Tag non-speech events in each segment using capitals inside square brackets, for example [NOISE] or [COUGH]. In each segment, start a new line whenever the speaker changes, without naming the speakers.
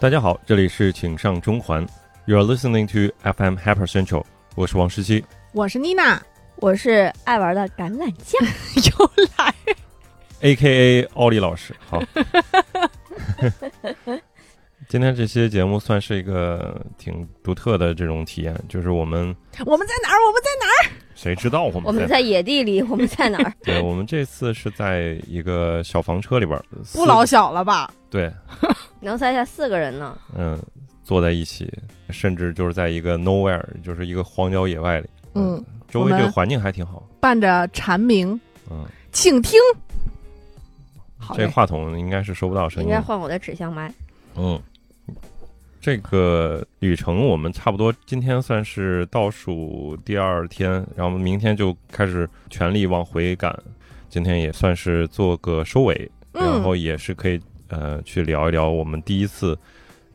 大家好，这里是请上中环，You are listening to FM Hyper Central，我是王十七。
我是妮娜，
我是爱玩的橄榄酱，
又来
A K A 奥利老师，好。 [LAUGHS] 今天这期节目算是一个挺独特的这种体验，就是我们
[LAUGHS] 我们在哪儿？我们在哪儿？
谁知道我
我
们
们
在
在野地里，我们在哪儿？
对，我们这次是在一个小房车里边儿，
不老
四
小了吧？
对，
能塞下四个人呢。
嗯，坐在一起，甚至就是在一个 nowhere，就是一个荒郊野外里，
嗯，
周围这
我
个
们
环境还挺好，
伴着蝉鸣，
嗯，
请听。好
这
嘞，
话筒应该是收不到声
应
音
该
的，
换我的指向麦。
嗯。这个旅程我们差不多今天算是倒数第二天，然后明天就开始全力往回赶，今天也算是做个收尾，然
嗯
后也是可以呃去聊一聊我们第一次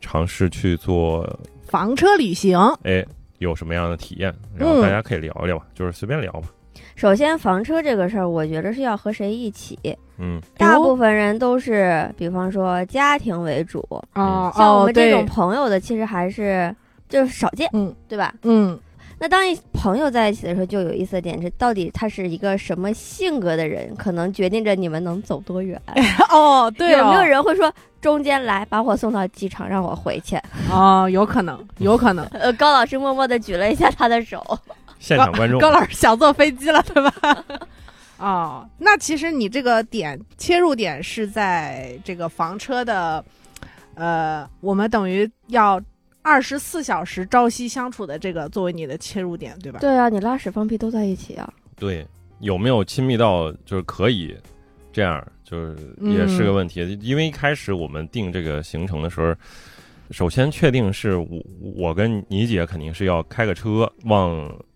尝试去做，
房车旅行，
哎有什么样的体验，然后
嗯
大家可以聊一聊吧，就是随便聊吧。
首先，房车这个事儿，我觉得是要和谁一起。
嗯，
大部分人都是，比方说家庭为主，
哦
像我
哦
们这
对
种，朋友的，其实还是就是少见，
嗯
对吧？
嗯 [LAUGHS]
那当一朋友在一起的时候，就有意思的点是，到底他是一个什么性格的人，可能决定着你们能走多远。
哦对哦，
有没有人会说中间来把我送到机场，让我回去？ [LAUGHS]
哦，有可能，有可能。
呃，高老师默默的举了一下他的手。
啊
现场观众，
高老师想坐飞机了，对吧？ [LAUGHS] 哦，那其实你这个点切入点是在这个房车的，呃，我们等于要二十四小时朝夕相处的这个作为你的切入点，对吧？
对啊，你拉屎放屁都在一起啊。
对有没有亲密到就是可以这样，就是也是
嗯
个问题，因为一开始我们定这个行程的时候。首先确定是我我跟你姐肯定是要开个车往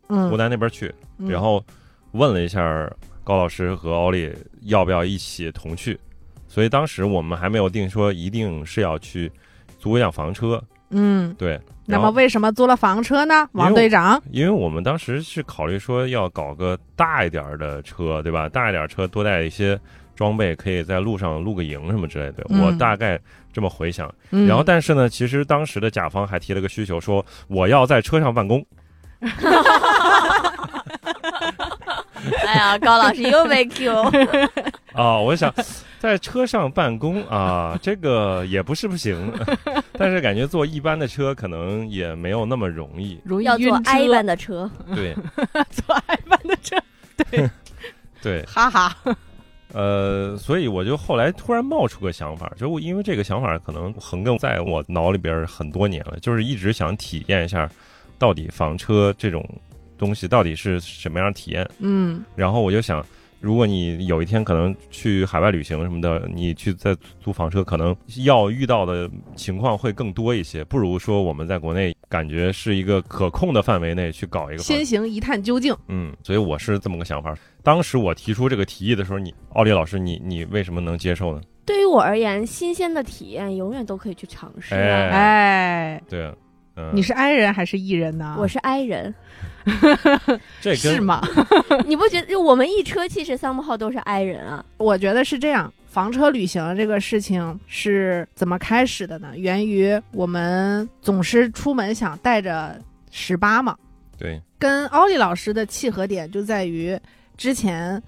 湖
嗯，
南那边去，
嗯
然后问了一下高老师和奥利要不要一起同去，所以当时我们还没有定说一定是要去租一辆房车，
嗯，
对。
那
然
么
后，
为什么租了房车呢？
因为我
王队长，
因为我们当时是考虑说要搞个大一点儿的车，对吧？大一点儿车多带一些装备，可以在路上露个营什么之类的。
嗯
我大概这么回想。
嗯
然后，但是呢，其实当时的甲方还提了个需求，说我要在车上办公。
[LAUGHS] 哎呀，高老师又 [LAUGHS] 被 Q。
啊，我想 [LAUGHS] 在车上办公啊，这个也不是不
[LAUGHS]
行，但是感觉坐一般的车可能也没有那么容易。
容易
要
晕
坐
车
I 班的车，
对
[LAUGHS] 坐 I 班的车，
[LAUGHS] 对，
哈哈，
呃，所以我就后来突然冒出个想法，就我因为这个想法可能横亘在我脑里边很多年了，就是一直想体验一下，到底房车这种东西到底是什么样的体验。
嗯
然后我就想，如果你有一天可能去海外旅行什么的，你去再租房车，可能要遇到的情况会更多一些，不如说我们在国内感觉是一个可控的范围内去搞一个房
先。行一探究竟。
嗯，所以我是这么个想法。当时我提出这个提议的时候，你奥利老师，你你为什么能接受呢？
对于我而言，新鲜的体验永远都可以去尝试、啊。
哎，
对，嗯，
你是 I 人还是 E 人呢？
啊我是 I [LAUGHS] 人，
这
是
跟
吗？
你不觉得就我们一车其实 somehow 都是 I 人啊？
我觉得是这样，房车旅行这个事情是怎么开始的呢？源于我们总是出门想带着十八嘛，
对
跟奥利老师的契合点就在于之前。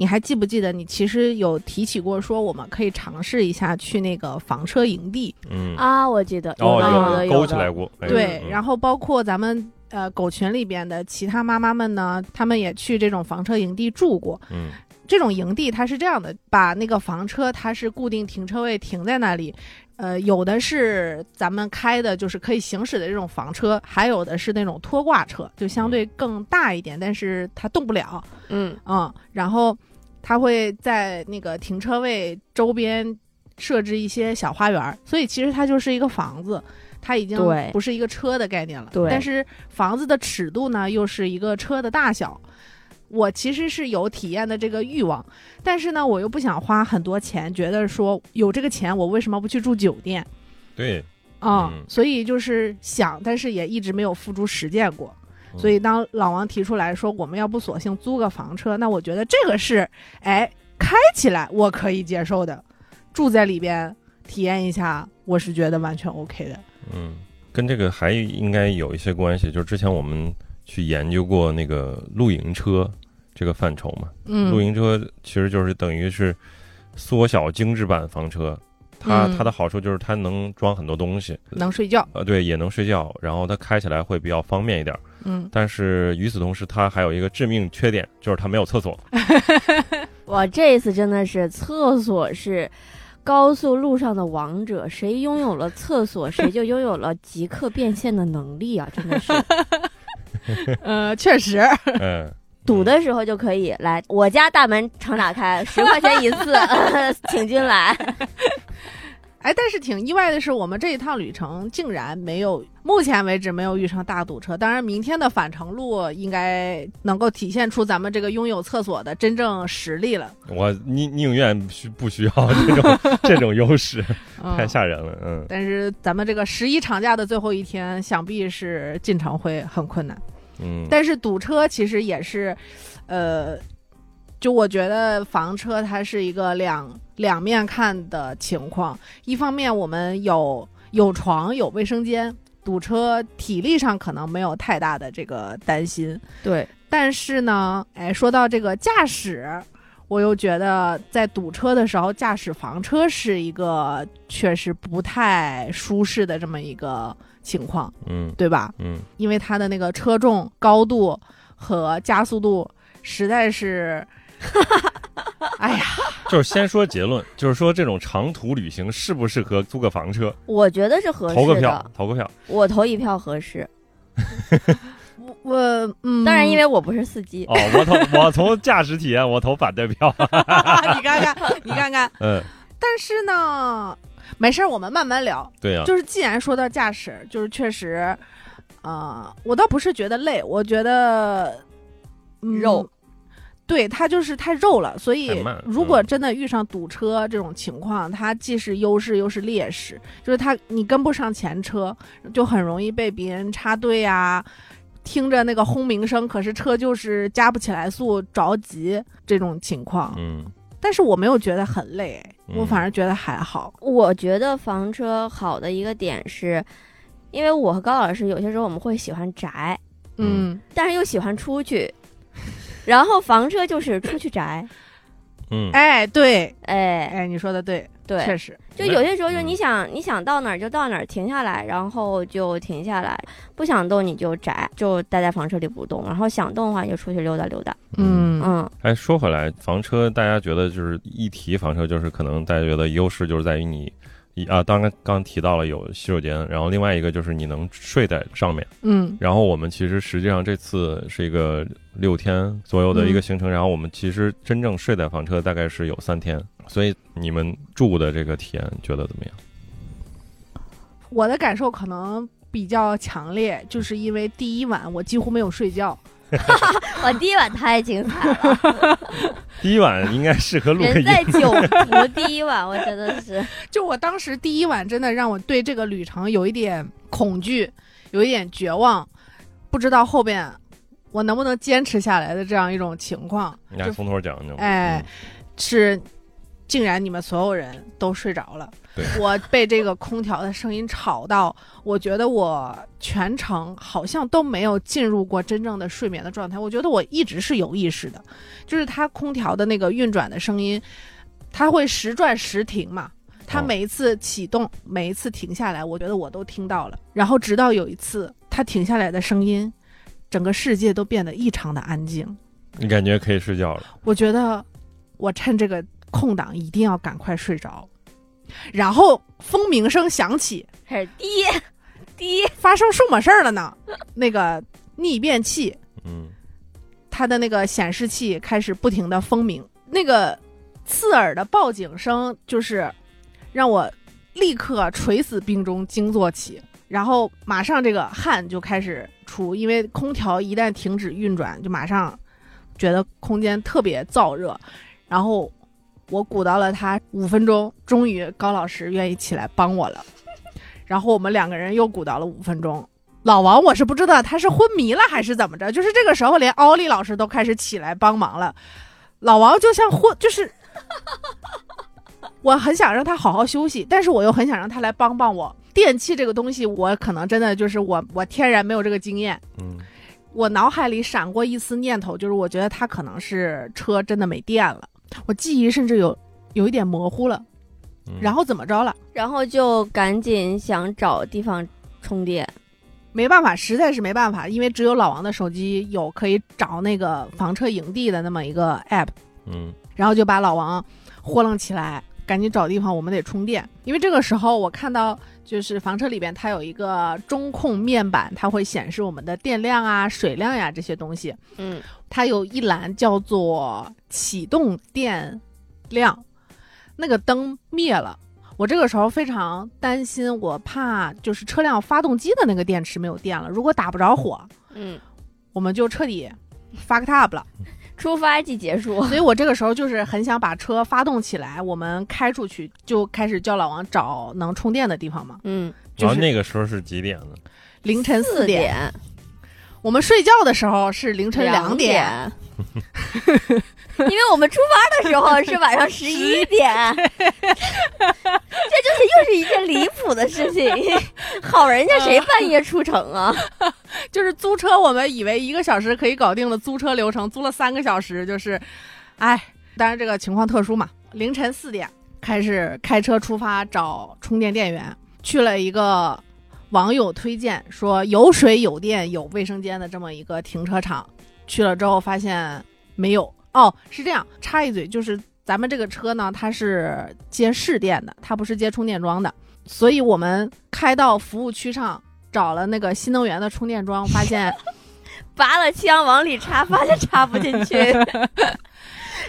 你还记不记得，你其实有提起过，说我们可以尝试一下去那个房车营地，
嗯，
啊，我记得有的有
哦，
的
有
有
勾起来
的。
过，哎
对，
嗯
然后包括咱们呃狗群里边的其他妈妈们呢，她们也去这种房车营地住过，
嗯
这种营地它是这样的，把那个房车它是固定停车位停在那里，呃，有的是咱们开的，就是可以行驶的这种房车，还有的是那种拖挂车，就相对更大一点，但是它动不了，
嗯，
嗯，然后它会在那个停车位周边设置一些小花园儿，所以其实它就是一个房子。它已经
对
不是一个车的概念了，
对
但是房子的尺度呢，又是一个车的大小。我其实是有体验的这个欲望，但是呢，我又不想花很多钱，觉得说有这个钱，我为什么不去住酒店
对，
啊、
嗯
所以就是想，但是也一直没有付诸实践过。
嗯
所以当老王提出来说，我们要不索性租个房车，那我觉得这个是，哎，开起来我可以接受的，住在里边体验一下我是觉得完全 OK 的。
嗯，跟这个还应该有一些关系，就是之前我们去研究过那个露营车这个范畴嘛。
嗯，
露营车其实就是等于是缩小精致版房车，它、
嗯
它的好处就是它能装很多东西，
能睡觉。
呃，对，也能睡觉，然后它开起来会比较方便一点儿。
嗯， [LAUGHS]
但是与此同时，它还有一个致命缺点，就是它没有厕所。
我这一次真的是厕所是高速路上的王者，谁拥有了厕所，谁就拥有了即刻变现的能力啊！真的是
呃，确实，
嗯，
堵的时候就可以来我家大门常打开，十块钱一次， [LAUGHS] 请君来。
哎，但是挺意外的是，我们这一趟旅程竟然没有，目前为止没有遇上大堵车。当然，明天的返程路应该能够体现出咱们这个拥有厕所的真正实力了。
我宁宁愿需不需要这种这种优势，
嗯、
太吓人了。嗯，
但是咱们这个十一长假的最后一天，想必是进城会很困难。
嗯，
但是堵车其实也是，呃，就我觉得房车它是一个两两面看的情况。一方面我们有有床有卫生间，堵车体力上可能没有太大的这个担心。
对，
但是呢，哎，说到这个驾驶。我又觉得在堵车的时候，驾驶房车是一个确实不太舒适的这么一个情况，
嗯
对吧？
嗯，
因为它的那个车重、高度和加速度实在
[LAUGHS]
是，哎呀，
就是先说结论，就是说这种长途旅行适不适合租个房车，
我觉得是合
投个
适
票
的，，
投个票。
我投一票合适。
我我嗯，
当然，因为我不是司机，
哦，我投我从驾驶体验，我投反对票。
啊
你看看，你看看，
嗯，
[LAUGHS] 但是呢，没事儿，我们慢慢聊。
对呀、
就是既然说到驾驶，就是确实，呃，我倒不是觉得累，我觉得、嗯
肉。
对它就是太肉了，所以
太慢
如果
嗯
真的遇上堵车这种情况，它既是优势又是劣势，就是它你跟不上前车，就很容易被别人插队啊，听着那个轰鸣声，可是车就是加不起来速，着急这种情况。
嗯，
但是我没有觉得很累，我
嗯
反而觉得还好。
我觉得房车好的一个点是，因为我和高老师有些时候我们会喜欢宅，
嗯
嗯
但是又喜欢出去，然后房车就是出去宅，
嗯，
哎，对，
哎，
哎，你说的对，确
对，
实，
就有些时候就是你想你想到哪儿就到哪儿停下来，然后就停下来，不想动你就宅，就待在房车里不动，然后想动的话就出去溜达溜达，
嗯
嗯，
哎，说回来，房车大家觉得就是一提房车，就是可能大家觉得优势就是在于你，一啊，当然刚提到了有洗手间，然后另外一个就是你能睡在上面。
嗯
然后我们其实实际上这次是一个六天左右的
嗯
一个行程，然后我们其实真正睡在房车大概是有三天，所以你们住的这个体验觉得怎么样？
我的感受可能比较强烈，就是因为第一晚我几乎没有睡觉，
我第一晚太精彩了，
第一晚应该适 [LAUGHS] 合录个
人
音，
在酒福第一晚，我真的是，
就我当时第一晚真的让我对这个旅程有一点恐惧，有一点绝望，不知道后边我能不能坚持下来的这样一种情况，
你还从头讲嗯讲吧。
哎是竟然你们所有人都睡着了
对。
我被这个空调的声音吵到，我觉得我全程好像都没有进入过真正的睡眠的状态。我觉得我一直是有意识的，就是它空调的那个运转的声音，它会时转时停嘛。它
哦
每一次启动，每一次停下来，我觉得我都听到了。然后直到有一次它停下来的声音，整个世界都变得异常的安静。
嗯，你感觉可以睡觉了。
我觉得我趁这个空档一定要赶快睡着。然后风鸣声响起，
开始滴滴，
发生什么事儿了呢？那个逆变器，
嗯，
它的那个显示器开始不停的风鸣，那个刺耳的报警声就是让我立刻垂死病中惊坐起，然后马上这个汗就开始出，因为空调一旦停止运转，就马上觉得空间特别燥热，然后我鼓捣了他五分钟，终于高老师愿意起来帮我了，然后我们两个人又鼓捣了五分钟，老王，我是不知道他是昏迷了还是怎么着，就是这个时候连奥利老师都开始起来帮忙了，老王就像昏，就是 [LAUGHS] 我很想让他好好休息，但是我又很想让他来帮帮我。电器这个东西，我可能真的就是我我天然没有这个经验。
嗯
我脑海里闪过一丝念头，就是我觉得他可能是车真的没电了，我记忆甚至有有一点模糊了。
嗯，
然后怎么着了？
然后就赶紧想找地方充电。
没办法，实在是没办法，因为只有老王的手机有可以找那个房车营地的那么一个 app。
嗯
然后就把老王豁楞起来，赶紧找地方，我们得充电。因为这个时候我看到就是房车里边它有一个中控面板，它会显示我们的电量啊、水量呀、这些东西。
嗯，
它有一栏叫做启动电量，那个灯灭了。我这个时候非常担心，我怕就是车辆发动机的那个电池没有电了，如果打不着火，
嗯，
我们就彻底 fucked up 了。
出发即结束。
所以我这个时候就是很想把车发动起来，我们开出去，就开始叫老王找能充电的地方嘛。
嗯，
就
然后
是
那个时候是几点呢？
凌晨四
四
点，我们睡觉的时候是凌晨两
点，因为我们出发的时候是晚上十一点，这就是又是一件离谱的事情。好人家谁半夜出城啊？
就是租车，我们以为一个小时可以搞定了租车流程，租了三个小时，就是，哎，当然这个情况特殊嘛。凌晨四点开始开车出发找充电电源，去了一个网友推荐说有水有电有卫生间的这么一个停车场，去了之后发现没有。哦，是这样，插一嘴，就是咱们这个车呢，它是接市电的，它不是接充电桩的，所以我们开到服务区上找了那个新能源的充电桩，发现
拔了枪往里插，发现插不进 [LAUGHS] 去。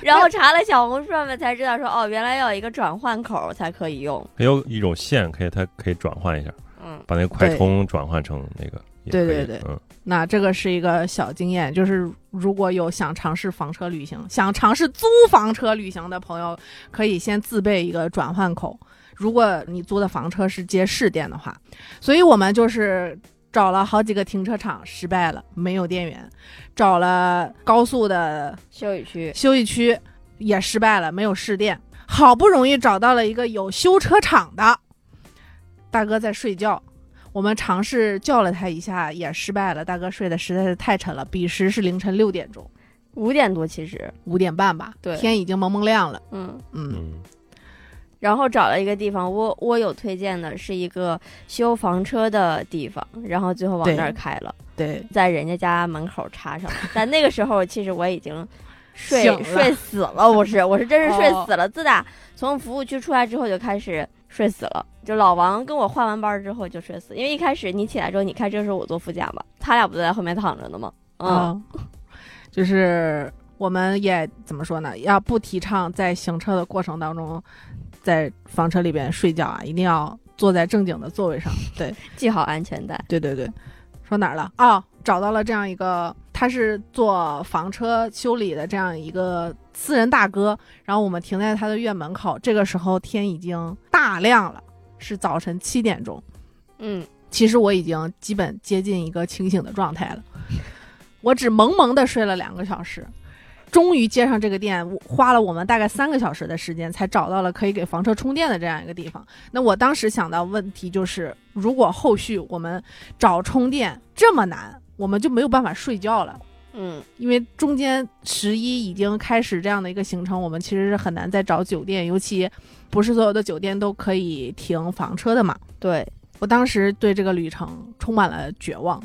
然后查了小红书上面才知道说，哦，原来要有一个转换口才可以用。
还有一种线可以，它可以转换一下，
嗯，
把那个快充转换成那个。也
对
可以
对对，
嗯，
那这个是一个小经验，就是如果有想尝试房车旅行、想尝试租房车旅行的朋友，可以先自备一个转换口。如果你租的房车是接市电的话，所以我们就是找了好几个停车场，失败了，没有电源；找了高速的
休息区。
休息区也失败了，没有试电。好不容易找到了一个有修车厂的大哥在睡觉，我们尝试叫了他一下，也失败了。大哥睡得实在是太沉了，彼时是凌晨六点钟，
五点多其实，
五点半吧，
对
天已经蒙蒙亮了。
嗯，
嗯，
嗯，
然后找了一个地方，我我有推荐的是一个修房车的地方，然后最后往那儿
对
开了，
对，
在人家家门口插
[LAUGHS]
上了。但那个时候其实我已经睡
醒了
睡死了，我是我是真是睡
哦
死了。自打从服务区出来之后就开始睡死了，就老王跟我换完班之后就睡死，因为一开始你起来之后你开车的时候我坐副驾嘛，他俩不都在后面躺着呢吗？嗯，
啊、就是我们也怎么说呢？要不提倡在行车的过程当中，在房车里边睡觉啊，一定要坐在正经的座位上。对。
系好安全带。
对对对，说哪儿了啊、找到了这样一个，他是做房车修理的这样一个私人大哥，然后我们停在他的院门口。这个时候天已经大亮了，是早晨七点钟。
嗯，
其实我已经基本接近一个清醒的状态了，我只蒙蒙的睡了两个小时。终于接上这个电，我花了我们大概三个小时的时间，才找到了可以给房车充电的这样一个地方。那我当时想到问题就是，如果后续我们找充电这么难，我们就没有办法睡觉了，
嗯，
因为中间十一已经开始这样的一个行程，我们其实是很难再找酒店，尤其不是所有的酒店都可以停房车的嘛。
对，
我当时对这个旅程充满了绝望。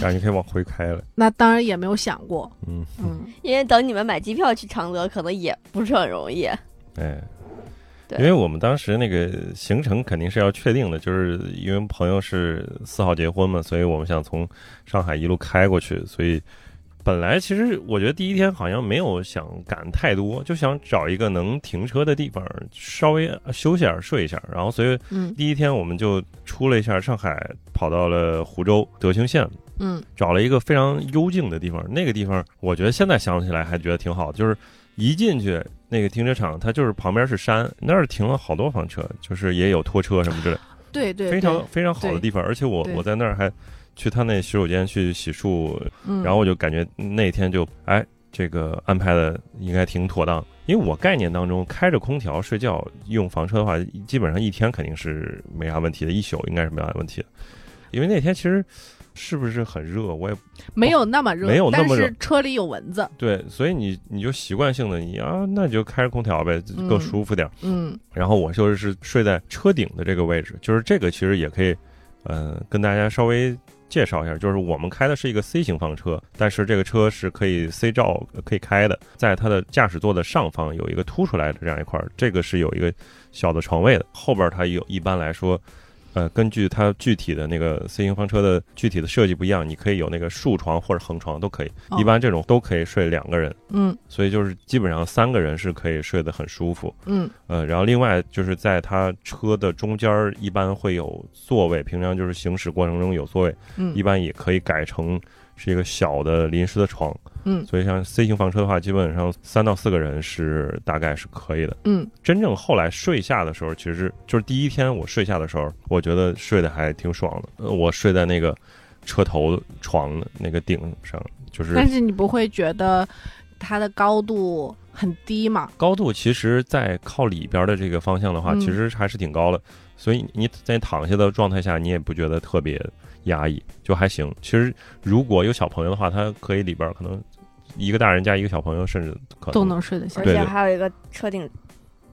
感觉可以往回开了，
那当然也没有想过，
嗯，
嗯，
因为等你们买机票去常德，可能也不是很容易。
哎，
对
因为我们当时那个行程肯定是要确定的，就是因为朋友是四号结婚嘛，所以我们想从上海一路开过去，所以本来其实我觉得第一天好像没有想赶太多，就想找一个能停车的地方稍微休息下睡一下，然后所以
嗯
第一天我们就出了一下上海，跑到了湖州德兴县，
嗯，
找了一个非常幽静的地方。那个地方，我觉得现在想起来还觉得挺好的，就是一进去那个停车场，它就是旁边是山，那儿停了好多房车，就是也有拖车什么之类，
对对，
非
对
常非常好的
对
地方。而且我
对
我在那儿还去他那洗手间去洗漱，
嗯，
然后我就感觉那天就哎，这个安排的应该挺妥当。因为我概念当中，开着空调睡觉用房车的话，基本上一天肯定是没啥问题的，一宿应该是没啥问题的。因为那天其实是不是很热，我也
没有那么热，
没有那么热
但是车里有蚊子，
对，所以你你就习惯性的你啊，那你就开着空调呗，就
嗯
更舒服点儿。
嗯
然后我就是睡在车顶的这个位置，就是这个其实也可以，呃，跟大家稍微介绍一下，就是我们开的是一个 C 型房车，但是这个车是可以 C 照呃可以开的，在它的驾驶座的上方有一个凸出来的这样一块儿，这个是有一个小的床位的，后边它有一般来说。呃，根据它具体的那个 C 型房车的具体的设计不一样，你可以有那个竖床或者横床都可以，
哦
一般这种都可以睡两个人，
嗯
所以就是基本上三个人是可以睡得很舒服。
嗯
呃，然后另外就是在它车的中间儿一般会有座位，平常就是行驶过程中有座位，一
嗯
般也可以改成是一个小的临时的床。
嗯
所以像 C 型房车的话，基本上三到四个人是大概是可以的。
嗯
真正后来睡下的时候，其实就是第一天我睡下的时候，我觉得睡得还挺爽的。呃我睡在那个车头床的那个顶上，就是
但是你不会觉得它的高度很低嘛？
高度其实，在靠里边的这个方向的话，
嗯
其实还是挺高的，所以你在躺下的状态下，你也不觉得特别压抑，就还行。其实如果有小朋友的话，他可以里边可能一个大人加一个小朋友，甚至可能
都能睡得下
而
对
且还有一个车顶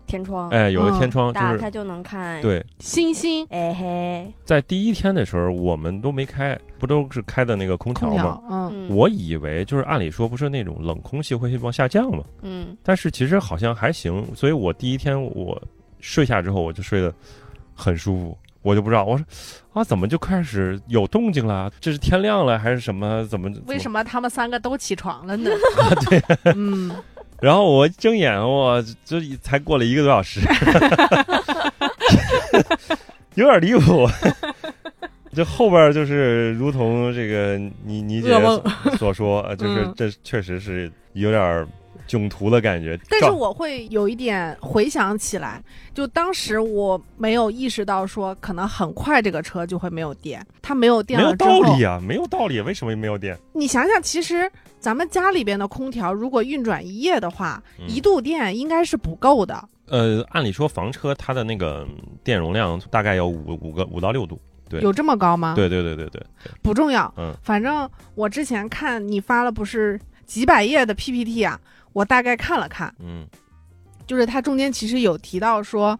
天窗，
哎有个
嗯
天窗，就
大
是
它就能看。，
对，
星星
哎嘿，
在第一天的时候，我们都没开，不都是开的那个空
空
调吗？
调，嗯
嗯，
我以为就是按理说不是那种冷空气会往下降吗？
嗯，
但是其实好像还行，所以我第一天我睡下之后，我就睡得很舒服，我就不知道我说啊，怎么就开始有动静了？这是天亮了还是什么？怎么
为什
么？
么他们三个都起
[LAUGHS]
床了呢？对，嗯，
然后我一睁眼，我这才过了一个多小时， [LAUGHS] 有点离谱。 [LAUGHS] 这后边就是如同这个你你姐
噩梦。
所说，呃就是
嗯
这确实是有点囧途的感觉。
但是
照
我会有一点回想起来，就当时我没有意识到说，可能很快这个车就会没有电。它没有电
没有
了之
道
后，
理啊，没有道理，为什么没有电？
你想想，其实咱们家里边的空调如果运转一夜的话，
嗯
一度电应该是不够的。
呃，按理说房车它的那个嗯电容量大概有五五个五到六度。对
有这么高吗？
对对对对对，
不重要。
嗯
反正我之前看你发了不是几百页的 PPT 啊，我大概看了看，
嗯
就是它中间其实有提到说，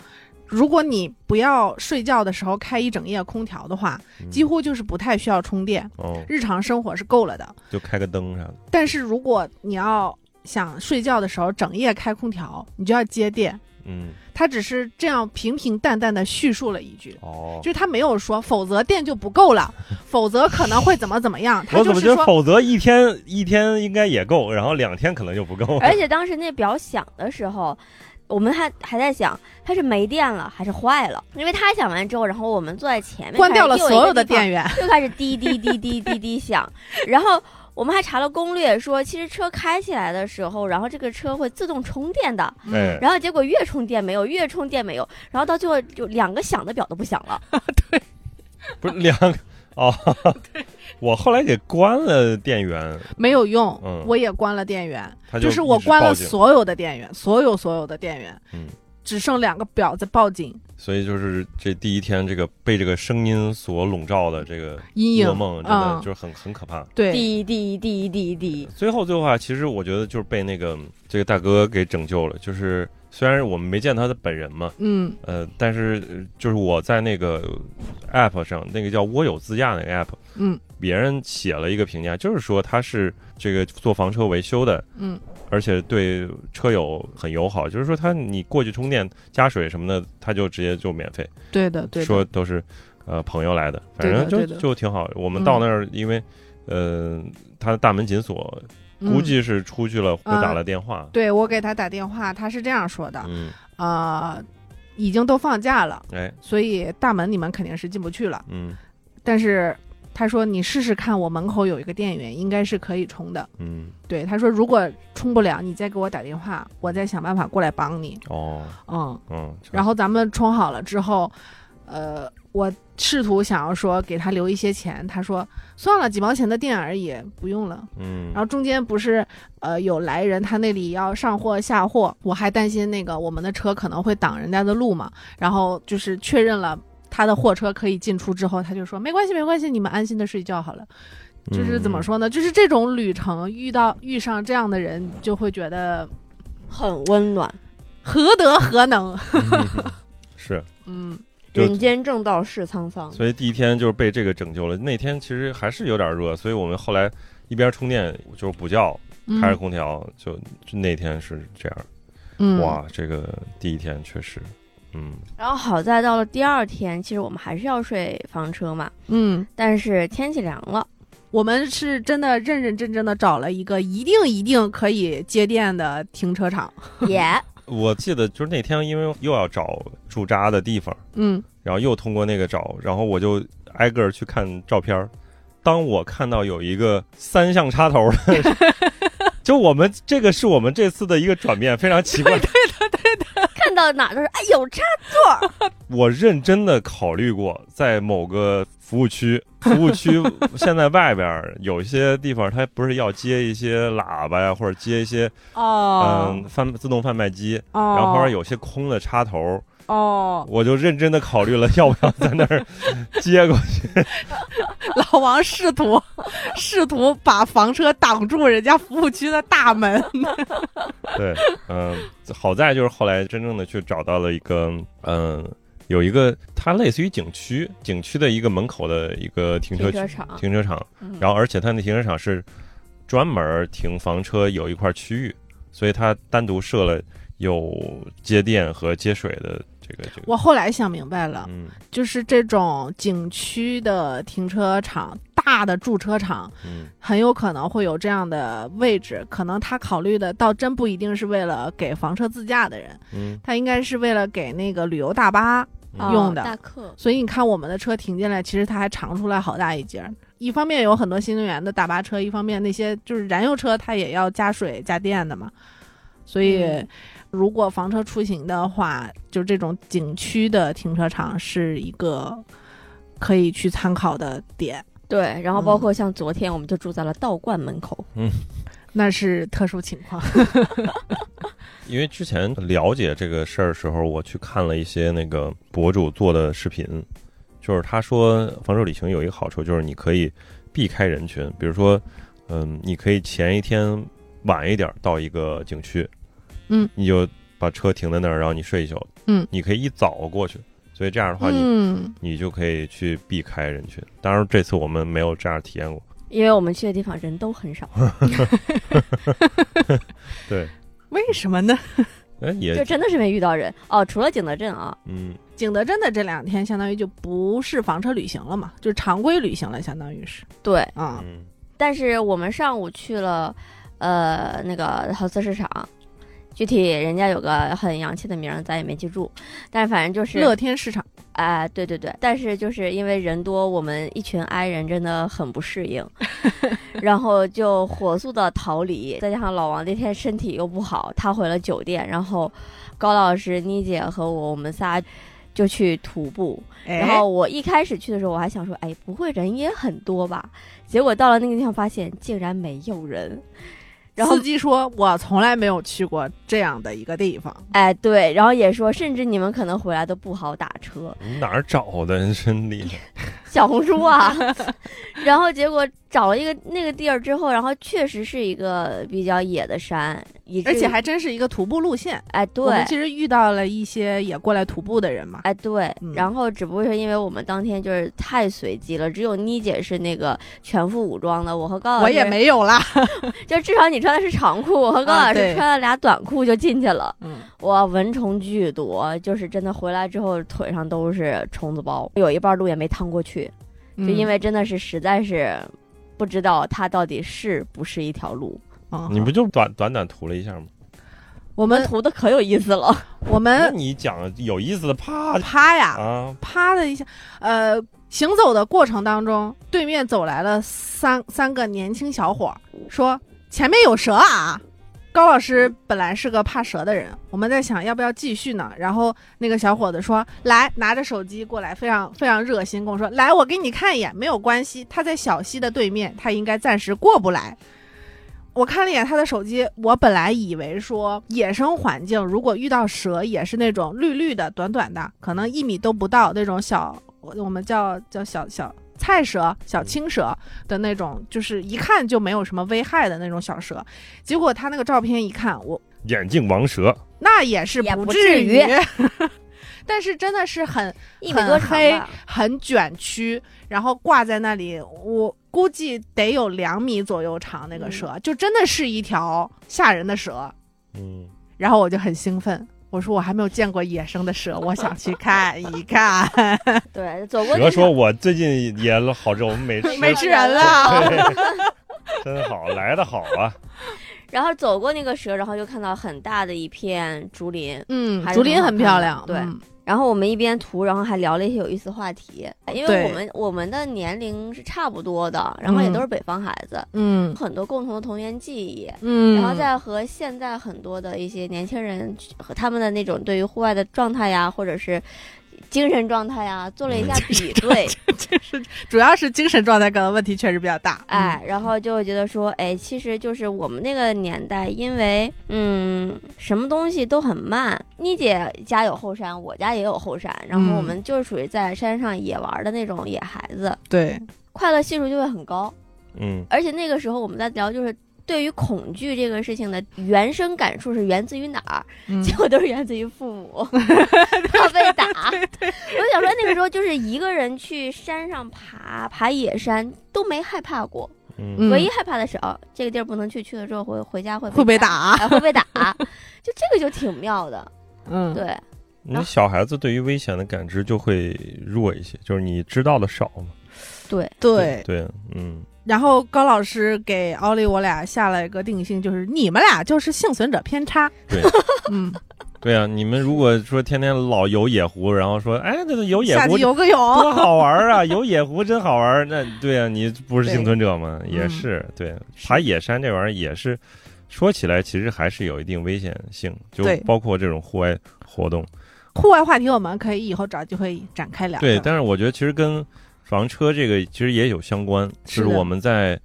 如果你不要睡觉的时候开一整夜空调的话，
嗯
几乎就是不太需要充电，
哦，
日常生活是够了的。
就开个灯啥的。
但是如果你要想睡觉的时候整夜开空调，你就要接电。
嗯
它只是这样平平淡淡的叙述了一句。
哦
就，是他没有说，否则电就不
[LAUGHS]
够了，否则可能会怎么怎么样。他
我
就
怎么
是
觉得
说，
否则一天一天应该也够，然后两天可能就不
哦
够。
哎
哎
而且当时那表响的时候，我们还还在想它是没电了还是坏了，因为它响完之后，然后我们坐在前面
关掉了
开始
所有的
又一个地方
电源。
就开始滴滴滴滴滴滴响， [LAUGHS] 然后。我们还查了攻略，说其实车开起来的时候，然后这个车会自动充电的，
哎，
嗯
然后结果越充电没有，越充电没有，然后到最后就两个响的表都不响了。
不是两个哦，我后来给关了电源，
没有用，
嗯
我也关了电源，
它
就是我
一直
关
报
了
警
所有的电源，所有所有的电源，
嗯
只剩两个表在报警
所以就是这第一天这个被这个声音所笼罩的这个
阴
噩
影，
梦，真的
嗯
就是很很可怕。
对，
滴滴滴滴滴，
最后最后啊，其实我觉得就是被那个这个大哥给拯救了。就是虽然我们没见他的本人嘛，
嗯
呃，但是呃就是我在那个 app 上，那个叫“我有自驾”那个 app，
嗯
别人写了一个评价，就是说他是这个做房车维修的，
嗯
而且对车友很友好，就是说他你过去充电、加水什么的，他就直接就免费。
对的对的，
说都是呃朋友来的，反
对的
正就
对的
就挺好。我们
嗯
到那儿，因为呃，他的大门紧锁，
嗯
估计是出去了或
啊
打了电话。
对我给他打电话，他是这样说的，
嗯，
啊、已经都放假了，
哎，
所以大门你们肯定是进不去了，
嗯
但是他说你试试看，我门口有一个电源，应该是可以充的。
嗯，
对，他说如果充不了，你再给我打电话，我再想办法过来帮你。
哦，
嗯，
嗯，
然
后
后咱们充好了之后，呃，我试图想要说给他留一些钱，他说算了，几毛钱的店而已，不用了。
嗯
然，后中间不是呃有来人，他那里要上货下货，我还担心那个我们的车可能会挡人家的路嘛。然后就是确认了他的货车可以进出之后，他就说没关系没关系，你们安心的睡觉好了。就是怎么
嗯
说呢？就是这种旅程遇到遇上这样的人，你就会觉得
很温暖，
何德何能？
嗯？是，
[LAUGHS] 嗯，
就
人间正道是沧桑。
所以第一天就是被这个拯救了。那天其实还是有点热，所以我们后来一边充电就是补觉，
嗯
开着空调，就就那天是这样。
嗯，
哇，这个第一天确实，嗯，
然后好在到了第二天，其实我们还是要睡房车嘛，
嗯，
但是天气凉
[LAUGHS]
了，
我们是真的认认真真的找了一个一定一定可以接电的停车场。
也、
我记得就是那天，因为又要找驻扎的地方，
嗯，
然后又通过那个找，然后我就挨个儿去看照片儿。当我看到有一个三相插头的，
[LAUGHS]
就我们这个是我们这次的一个转变，非常奇
[LAUGHS]
怪。
看到哪都是哎有插座，
我认真的考虑过，在某个服务区，服务区
[LAUGHS]
现在外边儿有一些地方，它不是要接一些喇叭呀，或者接一些
哦
嗯，贩自动贩卖机，
哦，
然后旁边有些空的插头，
哦，
我就认真的考虑了要不要在那儿接过去。
老王试图试图把房车挡住人家服务区的大门。 [LAUGHS]
[LAUGHS] 对，嗯，好在就是后来真正的去找到了一个，嗯，有一个它类似于景区，景区的一个门口的一个停车
停
区
车场。
停车场，
嗯
然后而且它那停车场是专门停房车有一块区域，所以它单独设了有接电和接水的这个这个，
我后来想明白了，
嗯
就是这种景区的停车场、大的驻车场，
嗯，
很有可能会有这样的位置。可能他考虑的倒真不一定是为了给房车自驾的人，
嗯
他应该是为了给那个旅游大巴。
嗯
用的
哦大客，
所以你看，我们的车停进来，其实它还长出来好大一截儿。一方面有很多新能源的大巴车，一方面那些就是燃油车，它也要加水加电的嘛。所以，
嗯
如果房车出行的话，就这种景区的停车场是一个可以去参考的点，
对，然后包括像昨天我们就住在了道观门口，
那是特殊情况。
因为之前了解这个事儿的时候，我去看了一些那个博主做的视频，就是他说房车旅行有一个好处，就是你可以避开人群，比如说，嗯，你可以前一天晚一点儿到一个景区，
嗯，
你就把车停在那儿，然后你睡一宿，
嗯，
你可以一早过去，所以这样的话你，
嗯，
你就可以去避开人群。当然，这次我们没有这样体验过，
因为我们去的地方人都很少，
对，
为什么呢？
哎，
就
也，
真的是没遇到人哦，除了景德镇啊，
嗯，
景德镇的这两天相当于就不是房车旅行了嘛，就是常规旅行了，相当于是
对，
啊。
嗯，
但是我们上午去了，呃，那个陶瓷市场，具体人家有个很洋气的名儿，咱也没记住，但是反正就是，
乐天市场，
哎、对对对，但是就是因为人多，我们一群 i 人真的很不适应，然后就火速的逃离，再加上老王那天身体又不好，他回了酒店，然后高老师、妮姐和我，我们仨就去徒步，然
哎
后我一开始去的时候，我还想说，哎，不会人也很多吧？结果到了那个地方，发现竟然没有人。然后
司，机说：“我从来没有去过这样的一个地方。
哎，对，然后也说，甚至你们可能回来都不好打车，
你哪儿找的？ [LAUGHS] 真厉害，
小红书啊。 [LAUGHS] 然后结果找了一个那个地儿之后，然后确实是一个比较野的山，以”至
而且
于
还真是一个徒步路线。
哎
我
对
们其实遇到了一些也过来徒步的人嘛。
哎对
嗯，
然后只不过是因为我们当天就是太随机了，只有妮姐是那个全副武装的，我和高老师
我也没有啦。
就至少你穿的是长裤，我和高
啊
老师
对
穿了俩短裤就进去了。
嗯，
哇，蚊虫巨多，就是真的回来之后腿上都是虫子包，有一半路也没趟过去，就因为真的是实在是不知道它到底是不是一条路。
嗯
你不就短短短涂了一下吗？
我
我们
们
涂的可有意思了，
我
那
们
你讲有意思的，啪
嗯
趴呀
啊，
趴的一下，呃，行走的过程当中，对面走来了三三个年轻小伙儿，说前面有蛇啊。高老师本来是个怕蛇的人，我们在想要不要继续呢？然后那个小伙子说：“来，拿着手机过来，非常非常热心跟我说，来，我给你看一眼，没有关系，他在小溪的对面，他应该暂时过不来。”我看了一眼他的手机，我本来以为说野生环境如果遇到蛇也是那种绿绿的、短短的，可能一米都不到那种小，我我们叫叫小小菜蛇、小青蛇的那种，就是一看就没有什么危害的那种小蛇。结果他那个照片一看，我
眼镜王蛇，
那也是
也不
至
至于
[LAUGHS] 但是真的是很
[LAUGHS] 一米多长
很黑
吧，
很卷曲，然后挂在那里，我估计得有两米左右长那个
嗯
蛇，就真的是一条吓人的蛇。
嗯，
然后我就很兴奋，我说我还没有见过野生的 [LAUGHS] 蛇，我想去看一看。
对，走过
蛇
那
说：“
条
我最近也好着，我们没吃，
没吃人
啊
[LAUGHS]
了，
对，真好，来的好啊，
然后走过那个蛇，然后就看到很大的一片竹林。
[LAUGHS] 嗯，
还是
竹林很漂亮，
很好看
嗯
然后我们一边涂，然后还聊了一些有意思的话题，因
对
为我们我们的年龄是差不多的，然后也
嗯
都是北方孩子，
嗯
很多共同的童年记忆。
嗯，
然后再和现在很多的一些年轻人和他们的那种对于户外的状态呀，或者是精神状态呀，做了一下比
嗯 [LAUGHS]
对，
主要是精神状态可能问题确实比较大，嗯
哎，然后就会觉得说，哎，其实就是我们那个年代，因为嗯，什么东西都很慢。妮姐家有后山，我家也有后山，然后我
嗯
们就是属于在山上野玩的那种野孩子，
嗯， [LAUGHS] 对，
快乐系数就会很高。
嗯
而且那个时候我们在聊就是。对于恐惧这个事情的原生感触是源自于哪儿？
嗯
结果都是源自于父母， [LAUGHS] 怕被打。我想说，那个时候就是一个人去山上爬，爬野山都没害怕过。
嗯
唯一害怕的是哦，这个地儿不能去，去了之后回回家会
嗯会被
打，
[LAUGHS] 打，
哎会被打，就这个就挺妙的，
嗯，
对，
你小孩子对于危险的感知就会弱一些，就是你知道的少嘛。
对，
对，嗯，
然后高老师给奥利我俩下了一个定性，就是你们俩就是幸存者偏差。
对，
[LAUGHS] 嗯，
对啊，你们如果说天天老游野湖，然后说，哎，那个游 [LAUGHS] 野
下
湖
去游个泳。
多好玩儿啊！游野湖真好玩儿。那对啊，你不是
对
幸存者吗？也
嗯
是对，爬野山这玩意儿也是，说起来其实还是有一定危险性，就
对
包括这种户外活动。
户外话题我们可以以后找机会展开聊。
对，但是我觉得其实跟房车这个其实也有相关，就是是
的
我们在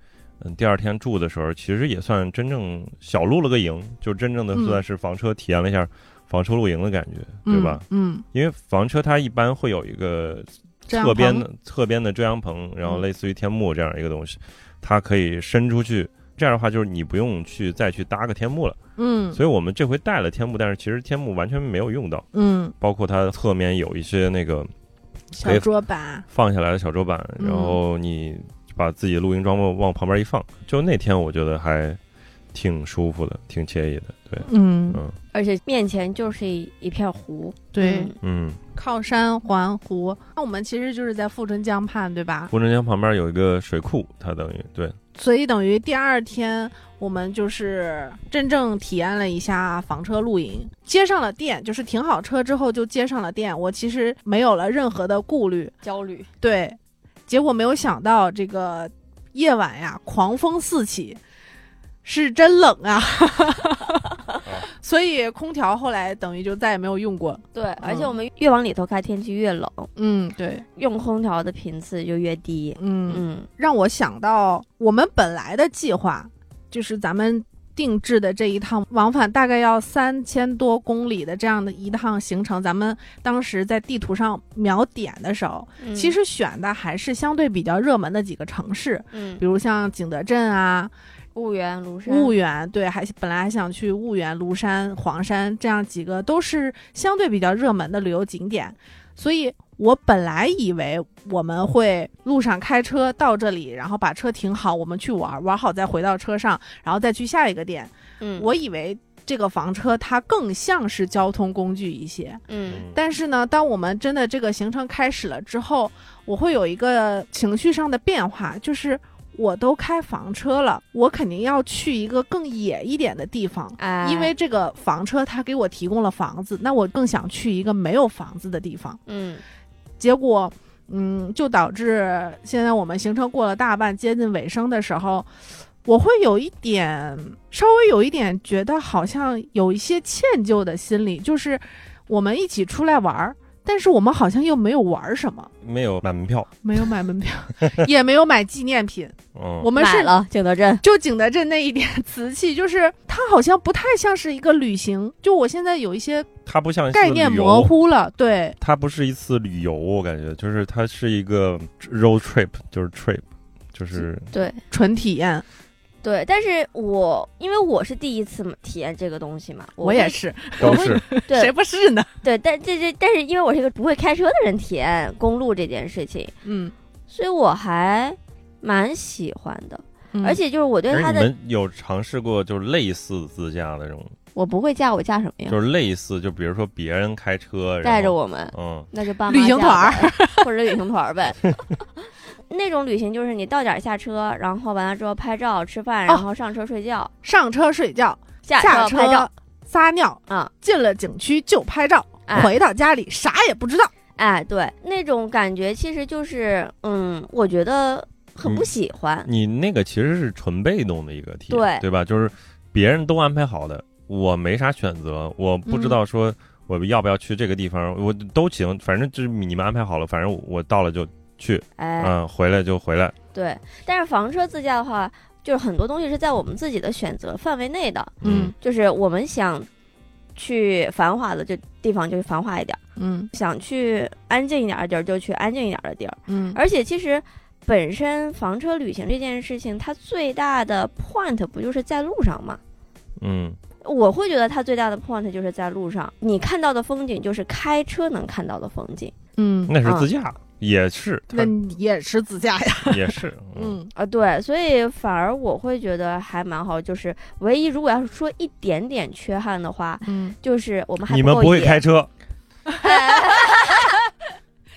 嗯第二天住的时候，其实也算真正小露了个营，就真正的
嗯
算是房车体验了一下房车露营的感觉，对吧？？
嗯，
因为房车它一般会有一个
这样
侧边
旁
的侧边的遮阳棚，然后
嗯
类似于天幕这样一个东西，它可以伸出去。这样的话，就是你不用去再去搭个天幕了。
嗯
所以我们这回带了天幕，但是其实天幕完全没有用到，
嗯，
包括它侧面有一些那个可
小
以
桌板，
放下来的小桌板，
嗯
然后你把自己的露营装备往旁边一放，就那天我觉得还挺舒服的，挺惬意的。对，
嗯，
嗯
而且面前就是一一片湖，
对，
嗯
嗯，
靠山环湖。那我们其实就是在富春江畔，对吧？
护城江旁边有一个水库，它等于对，
所以等于第二天我们就是真正体验了一下房车露营，接上了电，就是停好车之后就接上了电。我其实没有了任何的顾虑，
焦虑，
对，结果没有想到这个夜晚呀，狂风四起，是真冷啊， [LAUGHS] 所以空调后来等于就再也没有用过。
对，而且我们越往里头开，天气越冷，
嗯，对，
用空调的频次就越低，
嗯
嗯，
让我想到我们本来的计划，就是咱们定制的这一趟往返大概要三千多公里的这样的一趟行程，咱们当时在地图上秒点的时候，
嗯
其，实选的还是相对比较热门的几个城市，
嗯
比，如像景德镇啊、
婺源、庐山，
婺源，对，还本来还想去婺源、庐山、黄山这样几个都是相对比较热门的旅游景点，所以我本来以为我们会路上开车到这里，然后把车停好，我们去玩，玩好再回到车上，然后再去下一个店。
嗯，
我以为这个房车它更像是交通工具一些，
嗯，
但是呢，当我们真的这个行程开始了之后，我会有一个情绪上的变化，就是我都开房车了，我肯定要去一个更野一点的地方。
哎，
因为，这个房车它给我提供了房子，那我更想去一个没有房子的地方。
嗯，
结果，嗯，就导致现在我们行程过了大半，接近尾声的时候，我会有一点稍微有一点觉得好像有一些歉疚的心理，就是我们一起出来玩儿，但是我们好像又没有玩儿什么，
没有买门票，
没有
[LAUGHS]
买门票，也没有买纪念品，
嗯，
我们
买
是
了景德镇，
就景德镇那一点 [LAUGHS] 瓷器，就是它好像不太像是一个旅行，就我现在有一些
嗯它不像一次
概念
旅游
模，糊了，对，
它不是一次旅游，我感觉就是它是一个 road trip，就是 trip，就是
对
纯体验，
对，但是我因为我是第一次嘛体验这个东西嘛，
我也，是，
都是
谁
对
不是呢？
对，但这这但是因为我是一个不会开车的人，体验公路这件事情，
嗯，
所以我还蛮喜欢的，
嗯
而且就是我对
而
它
你
的，
们有尝试过就是类似自驾的这种，
我不会驾，我驾什么呀？
就是类似，就比如说别人开车然后
带着，我们，
嗯，
那就爸妈
旅行团儿
驾呗，或者旅行团儿呗。 [LAUGHS] 那种旅行就是你到点儿下车，然后完了之后拍照、吃饭，然后上车睡觉，
上车睡觉，
哦下
下
车拍照。
撒尿
啊，
进了景区就拍照，
哎
回到家里啥也不知道。
哎，对，那种感觉其实就是，嗯，我觉得很不喜欢。
你那个其实是纯被动的一个体验，
对
对吧？就是别人都安排好的，我没啥选择，我不知
嗯
道说我要不要去这个地方，我都行，反正就是你们安排好了，反正我我到了就去，
哎，
嗯，回来就回来，
对。但是房车自驾的话，就是很多东西是在我们自己的选择范围内的，
嗯
就是我们想去繁华的就地方就繁华一点儿，
嗯
想去安静一点儿的地儿就去安静一点儿的地儿。
嗯
而且其实本身房车旅行这件事情，它最大的 point 不就是在路上吗？
嗯，
我会觉得它最大的 point 就是在路上，你看到的风景就是开车能看到的风景
嗯，
那是
啊
自驾，也是，
那你也是自驾呀？
[LAUGHS] 它也是，嗯，
嗯
啊、对，所以反而我会觉得还蛮好。就是唯一如果要是说一点点缺憾的话，
嗯，
就是我们还
你们
够
不会
野哎
开车，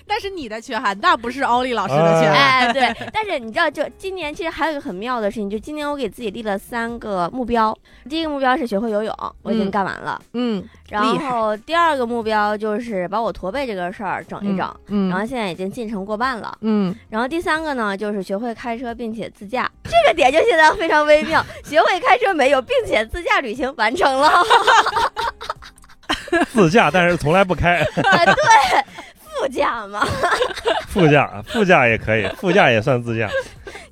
但是你的缺憾，那不是欧丽老师的缺憾。
[LAUGHS]
哎，对，但是你知道，就今年其实还有一个很妙的事情，就今年我给自己立了三个目标。第一个目标是学会游泳，我已
嗯
经干完了。
嗯
然
厉害
后第二个目标就是把我驼背这个事儿整一整，然
嗯
后现在已经进程过半了。
嗯，
然后第三个呢，就是学会开车并且自驾，这个点就现在非常微妙，学会开车没有，并且自驾旅行完成了，
自驾，但是从来不开，
[LAUGHS] 对，副驾嘛， [LAUGHS]
副驾，副驾也可以，副驾也算自驾。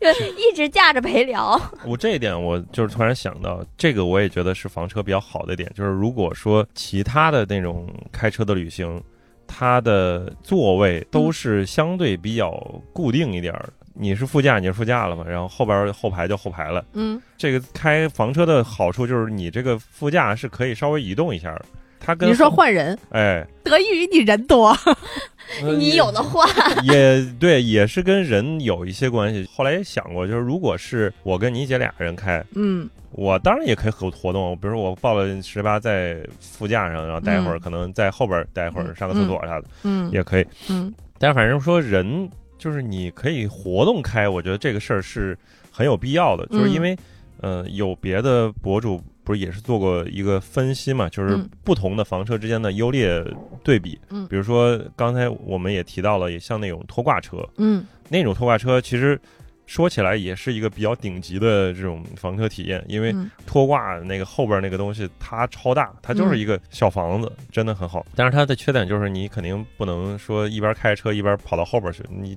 就一直驾着陪聊，
[LAUGHS] 我这一点，我就是突然想到，这个我也觉得是房车比较好的点，就是如果说其他的那种开车的旅行，它的座位
嗯
都是相对比较固定一点儿的，你是副驾你就副驾了嘛，然后后边儿后排就后排了。
嗯，
这个开房车的好处就是你这个副驾是可以稍微移动一下的，它跟
你说
后
换人，
哎，
得益于你人多。
呃
你有的话，
[LAUGHS] 也对，也是跟人有一些关系。后来也想过，就是如果是我跟你姐俩人开，
嗯
我当然也可以活活动，比如说我报了十八在副驾上，然后待一会儿，
嗯
可能在后边儿待一会儿，
嗯
上个厕所啥的、
嗯
也可以。
嗯
但反正说人就是你可以活动开，我觉得这个事儿是很有必要的，就是
嗯
因为、呃有别的博主。不是也是做过一个分析嘛，就是
嗯
不同的房车之间的优劣对比。
嗯
比如说刚才我们也提到了，也像那种拖挂车，
嗯
那种拖挂车其实说起来也是一个比较顶级的这种房车体验，因为
嗯
拖挂那个后边那个东西它超大，它就是一个小房子，真的很好。但是它的缺点就是你肯定不能说一边开车一边跑到后边去，你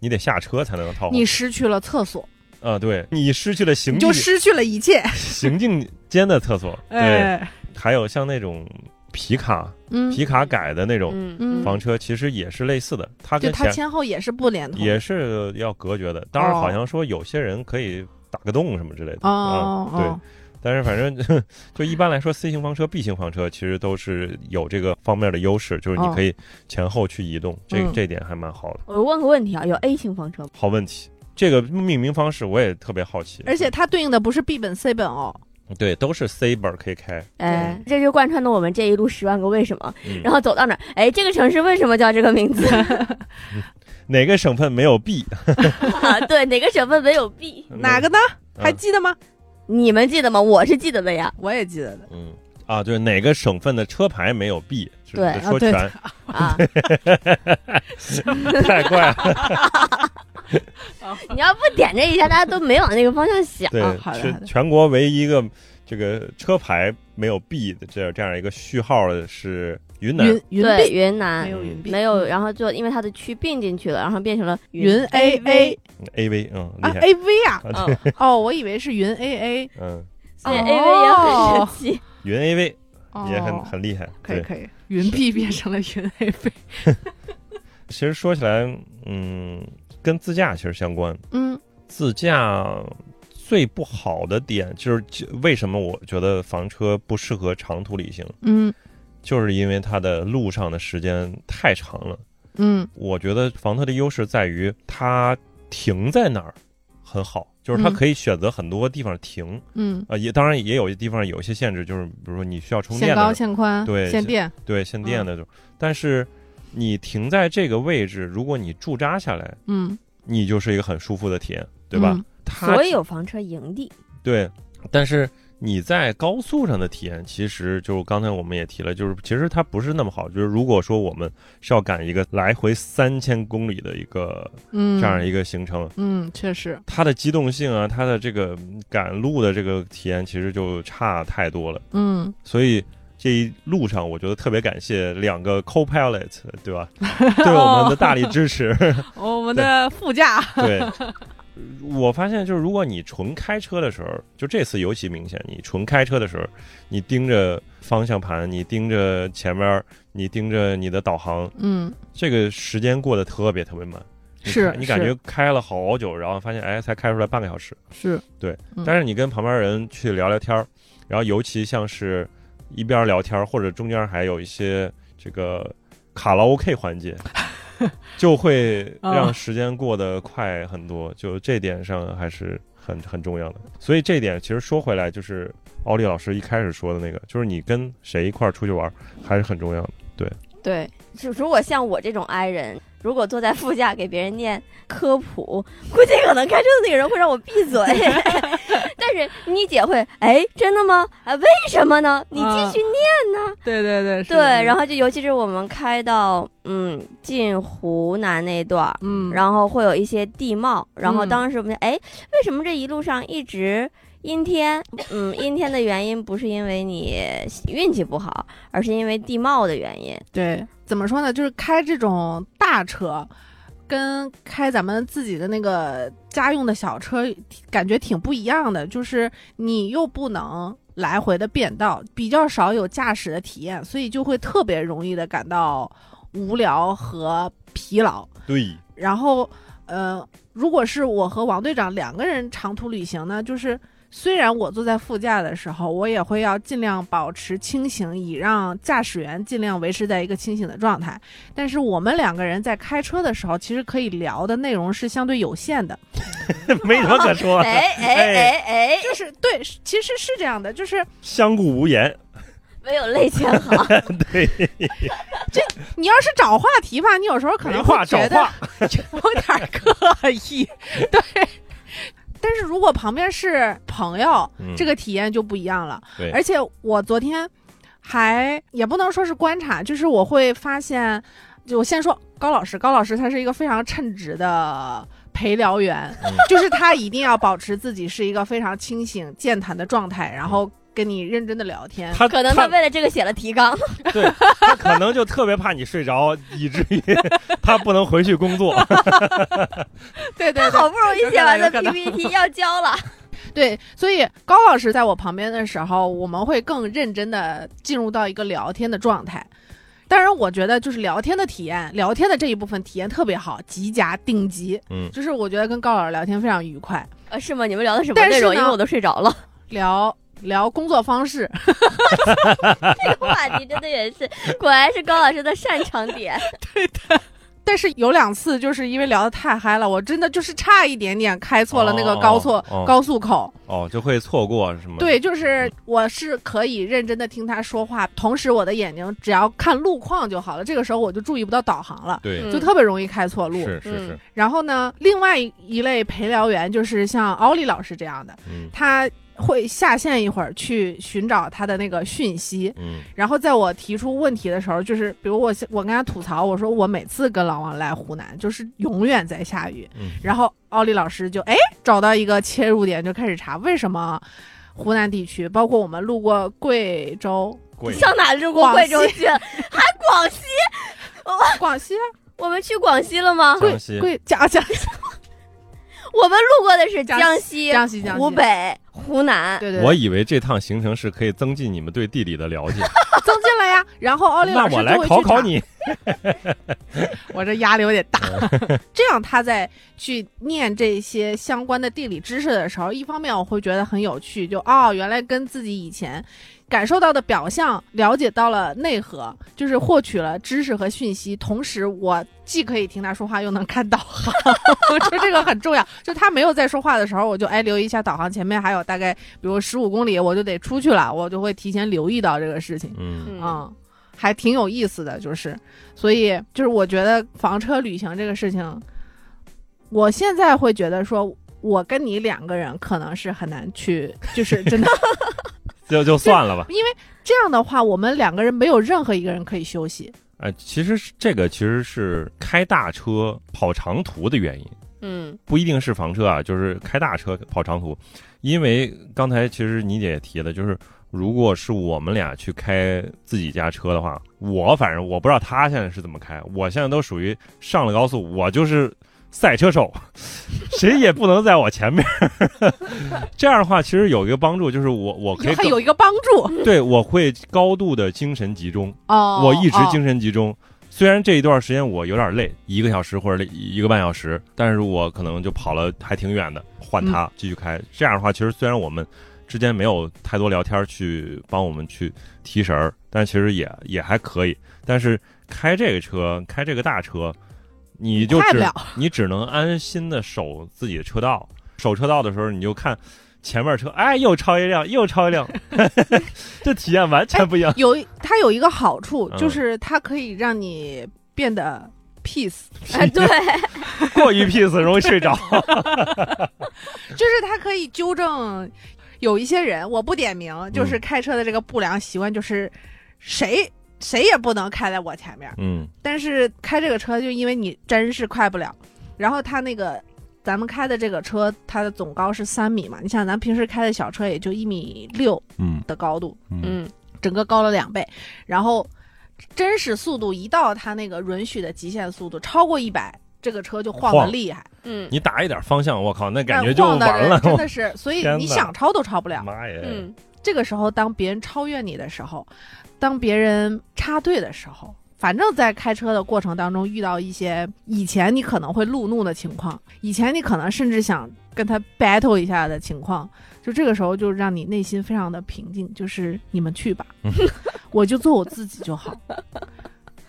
你得下车才能套。
你失去了厕所，
啊，对你失去了行
你
进
就失去了一切。
行进间的厕
[LAUGHS]
所，对，
哎，
还有像那种皮卡
嗯，
皮卡改的那种
嗯
嗯
房车，其实也是类似的，它
就
跟
它
前
前后也是不连通。
也是要隔绝的。当然，
哦
好像说有些人可以打个洞什么之类的
哦
啊
哦，
对。但是反正就一般来说，C 型房车、B 型房车其实都是有这个方面的优势，就是你
哦
可以前后去移动，这
嗯
这点还蛮好的。
我问个问题啊，有 A 型房车吗？
好问题，这个命名方式我也特别好奇。
而且它对应的不是 B 本 C 本哦，
对，都是 C 本可以开，
哎，这就贯穿了我们这一路十万个为什么，
嗯
然后走到哪儿，哎，这个城市为什么叫这个名 [LAUGHS] 字？
哪个省份没有 B？
啊对，哪个省份没有 B？
[LAUGHS]
嗯
哪个呢？
啊
还记得吗？
你们记得吗？我是记得的呀。
我也记得的。
嗯啊，对，哪个省份的车牌没有 B？是
对
是
啊
[LAUGHS] 说
[LAUGHS]
对
全
啊，
太怪了。
你要不点这一下，大家都没往那个方向想。
对，
啊好的
是
好的
全国唯一一个这个车牌没有 B 的这这样一个序号的是云南，
云云
对，
币
云
嗯
南
没有云币，
没
嗯
有，然后就因为它的区并进去了，然后变成了
云 A A
A V，嗯，[LAUGHS]
啊
厉害，
A V 啊，
嗯，
哦，我以为是云 A A，
嗯，
所以
哦
A V 也很神奇。
云 A V [LAUGHS]
哦，
也很很厉害，
可以
对。
可以，云币变成了云 A V，
其实说起来，嗯，跟自驾其实相关，
[LAUGHS] 嗯
自驾最不好的点就是就为什么我觉得房车不适合长途旅行，
嗯
就是因为它的路上的时间太长了。
嗯
我觉得房车的优势在于它停在哪儿很好，就是它
嗯
可以选择很多地方停
嗯，
啊、呃也当然也有些地方有一些限制，就是比如说你需要充
限
电
高
的，
限宽，
对
限嗯
限
电，
对限电的这种，但是你停在这个位置，如果你驻扎下来，
嗯，
你就是一个很舒服的体验，对吧？
嗯
它
所以有房车营地，
对，但是你在高速上的体验，其实就刚才我们也提了，就是其实它不是那么好。就是如果说我们是要赶一个来回三千公里的一个
嗯，
这样一个行程，
嗯，确实，
它的机动性啊，它的这个赶路的这个体验，其实就差太多了。
嗯，
所以。这一路上，我觉得特别感谢两个 co-pilot，对
[LAUGHS]
吧？对我们的大力支持。
哦我们的副驾，
对，我发现就是如果你纯开车的时候，就这次尤其明显，你纯开车的时候，你盯着方向盘，你盯着前面，你盯着你的导航，
嗯，
这个时间过得特别特别慢。你
是
看你感
是
觉开了好久，然后发现哎，才开出来半个小时。
是，嗯
但是你跟旁边人去聊聊天儿，然后尤其像是一边聊天儿，或者中间还有一些这个卡拉 OK 环节，嗯就会让时间过得快很多。就这点上还是很很重要的。所以这点其实说回来，就是奥利老师一开始说的那个，就是你跟谁一块儿出去玩儿还是很重要的。
对，就如果像我这种 I 人，如果坐在副驾给别人念科普，估计可能开车的那个人会让我闭嘴。但是妮姐会，哎，真的吗？啊，为什么呢？你继续念。
对对对，是
对，
的
然，后就尤其是我们开到嗯进湖南那段儿，
嗯，
然后会有一些地貌，然后
嗯
当时我们就哎，为什么这一路上一直阴天？嗯，阴天的原因不是因为你运气不好，而是因为地貌的原因。
对，怎么说呢？就是开这种大车，跟开咱们自己的那个家用的小车，感觉挺不一样的。就是你又不能来回的变道，比较少有驾驶的体验，所以就会特别容易的感到无聊和疲劳。
对，
然后，呃，如果是我和王队长两个人长途旅行呢，就是虽然我坐在副驾的时候，我也会要尽量保持清醒，以让驾驶员尽量维持在一个清醒的状态。但是我们两个人在开车的时候，其实可以聊的内容是相对有限的。
没什么可
[LAUGHS]
说的，
哎哎哎哎，
就是对，是其实是这样的，就是
相顾无言。
没有泪腺 [LAUGHS] 好。
对，
你要是找话题吧，你有时候可
没
能会
话找
觉得
话。
[LAUGHS] 有点儿刻意，对。 [LAUGHS] 但是如果旁边是朋友，
嗯
这个体验就不一样了。
对
而且我昨天还也不能说是观察，就是我会发现，就我先说高老师，高老师他是一个非常称职的陪聊员，
嗯
就是他一定要保持自己是一个非常清醒健谈的状态，然后跟你认真的聊天。
他
可能他为了这个写了提 [LAUGHS] 纲，
对他可能就特别怕你睡着，以至于 [LAUGHS] 他不能回去工作。
[LAUGHS] 对对 [LAUGHS] 对
他好不容易写完
有
的
可能有可能
PPT 要交了。
对，所以高老师在我旁边的时候，我们会更认真的进入到一个聊天的状态。当然，我觉得就是聊天的体验，聊天的这一部分体验特别好，极佳顶级。
嗯
就是我觉得跟高老师聊天非常愉快，
呃，是吗？你们聊的什么
但是
内容？
呢
因为我都睡着了。
聊聊工作方式。
[LAUGHS] 这个话题真的也是，果然是高老师的擅长 [LAUGHS] 点。
但是有两次就是因为聊得太嗨了，我真的就是差一点点开错了那个高速、
哦哦哦
高速口。
哦，就会错过是吗？
对，就是我是可以认真的听他说话，同时我的眼睛只要看路况就好了。这个时候我就注意不到导航了，
对，
就特别容易开错路。
是是是，
然后呢，另外一类陪聊员就是像奥利老师这样的，
嗯
他会下线一会儿去寻找他的那个讯息，
嗯
然后在我提出问题的时候，就是比如我我跟他吐槽，我说我每次跟老王来湖南，就是永远在下雨。
嗯
然后奥利老师就哎找到一个切入点，就开始查为什么湖南地区，包括我们路过贵州、
贵
上哪路过贵州去？ [LAUGHS] 还广西？
广西啊、
[LAUGHS]
我们去广西了吗？
江西
贵 [LAUGHS] 江江
我们路过的是江西、
江西江西
湖，北、湖南。
对对
我
对，
以为这趟行程是可以增进你们对地理的
[LAUGHS]
了解，
增进了呀。然后奥利
那
老师
我来
就会去
考考
查
你。
我这压力有点大。 [LAUGHS] 这样他在去念这些相关的地理知识的时候，一方面我会觉得很有趣，就哦，原来跟自己以前感受到的表象了解到了内核，就是获取了知识和讯息，同时我既可以听他说话，又能看导航， [LAUGHS] 就这个很重要。就他没有在说话的时候，我就哎留意一下导航，前面还有大概比如十五公里，我就得出去了，我就会提前留意到这个事情。
嗯，
嗯
嗯，还挺有意思的，就是，所以就是我觉得房车旅行这个事情，我现在会觉得说，我跟你两个人可能是很难去，就是真 [LAUGHS] 的
就就算了吧。
这样的话，我们两个人没有任何一个人可以休息。
哎，其实是这个其实是开大车跑长途的原因，
嗯
不一定是房车啊，就是开大车跑长途。因为刚才其实你姐也提了，就是如果是我们俩去开自己家车的话，我反正我不知道她现在是怎么开，我现在都属于上了高速，我就是赛车手， [LAUGHS] 谁也不能在我前面。 [LAUGHS] 这样的话，其实有一个帮助，就是我我可以
还
更
[LAUGHS] 有一个帮助
对我会高度的精神集中。
哦，
我一直
哦
精神集中。虽然这一段时间我有点累，一个小时或者一个半小时，但是我可能就跑了还挺远的，换
嗯
他继续开。这样的话，其实虽然我们之间没有太多聊天去帮我们去提神儿，但其实也也还可以。但是开这个车，开这个大车，你就
快不
只
了
你只能安心的守自己的车道，守车道的时候你就看前面车，哎，又超一辆，又超一辆， [LAUGHS] 这体验完全不一样。
有它有一个好处，
嗯
就是它可以让你变得 peace。
啊， [LAUGHS] 对，
过于 peace 容易睡着。
就是他可以纠正有一些人，我不点名，
嗯
就是开车的这个不良习惯，就是谁谁也不能开在我前面。
[LAUGHS] 嗯，
但是开这个车，就因为你真是快不了，然后他那个。咱们开的这个车，它的总高是三米嘛？你想，咱平时开的小车也就一米六
嗯
的高度，
嗯
嗯
整个高了两倍。然后，真实速度一到它那个允许的极限速度，超过一百，这个车就晃得
晃
厉害。
嗯
你打一点方向，我靠，那
那
感觉就
晃的
完
人
了。
真的是，所以
天
你
哪
想超都超不
[LAUGHS]
了。
妈耶！
嗯，
这个时候，当别人超越你的时候，当别人插队的时候，反正在开车的过程当中遇到一些以前你可能会路怒的情况，以前你可能甚至想跟他 battle 一下的情况，就这个时候就让你内心非常的平静，就是你们
[LAUGHS]
去吧，我就做我自己就好，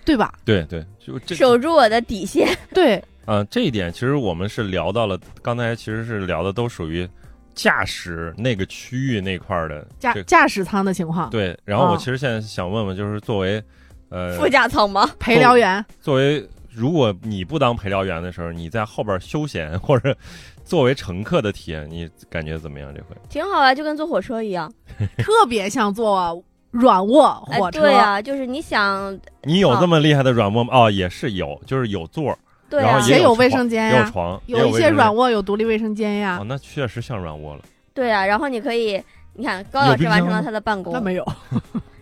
对吧？
对对，就这
守住我的底线。
对，
啊、这一点其实我们是聊到了，刚才其实是聊的都属于驾驶那个区域那块儿的
驾
这个
驾驶舱的情况，
对。然后我
嗯
其实现在想问问，就是作为呃
副，驾舱吗？
陪聊员，
作为如果你不当陪聊员的时候，你在后边休闲或者作为乘客的体验，你感觉怎么样？这回
挺好啊，就跟坐火车一样。
特别像坐软卧
哎
火，车，
对啊，就是你想，
你有
啊
这么厉害的软卧吗？哦，也是有，就是有座儿，
对
然
啊
后，
也有
有
卫生间
也
哎呀、
有床，也
有一
卫
些
生间
软卧有啊独立卫生间呀、
哦，那确实像软卧了。
对啊，然后你可以，你看高老师完成了他的办公，
有，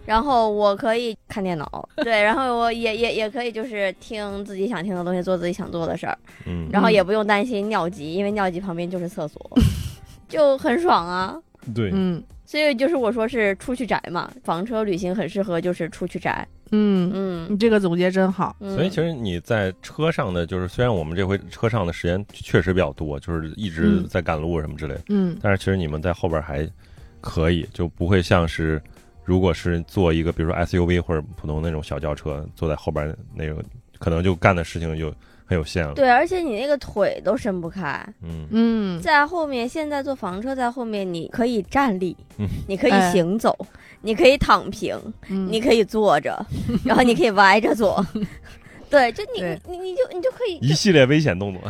然后我可以看电脑，对，然后我也也也可以就是听自己想听的东西，做自己想做的事儿，
嗯，
然后也不用担心尿急，因为尿急旁边就是厕所， [LAUGHS] 就很爽啊。
对
嗯
所以就是我说是出去宅嘛，房车旅行很适合就是出去宅，
嗯，
嗯
你这个总结真好，
嗯，
所以其实你在车上的，就是虽然我们这回车上的时间确实比较多，就是一直
嗯
在赶路什么之类的，
嗯
但是其实你们在后边还可以，就不会像是如果是坐一个比如说 SUV 或者普通那种小轿车，坐在后边那种，可能就干的事情就很有限了。
对，而且你那个腿都伸不开，
嗯，
嗯，
在后面，现在坐房车在后面，你可以站立，
嗯
你可以
哎
行走，你可以躺平，
嗯 [LAUGHS]
你可以坐着，然后你可以歪着坐，对，就你
对
你你就你就可以
一系列危险
[LAUGHS]
动作。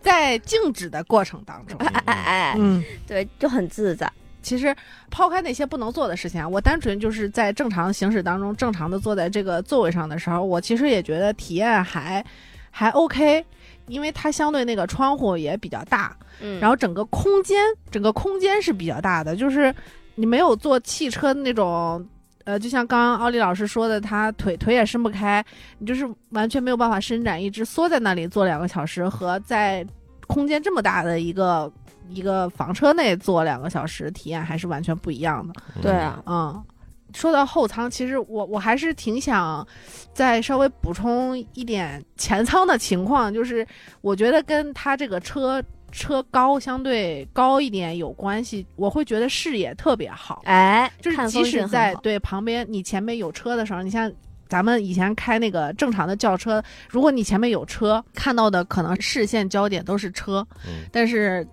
在静止的过程当中， [LAUGHS]
哎哎哎，
嗯，
对，就很自在。
其实抛开那些不能做的事情啊，我单纯就是在正常行驶当中，正常的坐在这个座位上的时候，我其实也觉得体验还还 OK，因为它相对那个窗户也比较大，
嗯，
然
后
后整个空间整个空间是比较大的，就是你没有坐汽车那种。呃，就像刚刚奥利老师说的，他腿腿也伸不开，你就是完全没有办法伸展，一直缩在那里坐两个小时，和在空间这么大的一个一个房车内坐两个小时，体验还是完全不一样的。
对啊，
嗯，说到后舱，其实我我还是挺想再稍微补充一点前舱的情况，就是我觉得跟它这个车车高相对高一点有关系，我会觉得视野特别好，
哎，
就是
看
即
风
使
景
在
很好
对旁边你前面有车的时候，你像。咱们以前开那个正常的轿车，如果你前面有车，看到的可能视线焦点都是车，
嗯，
但是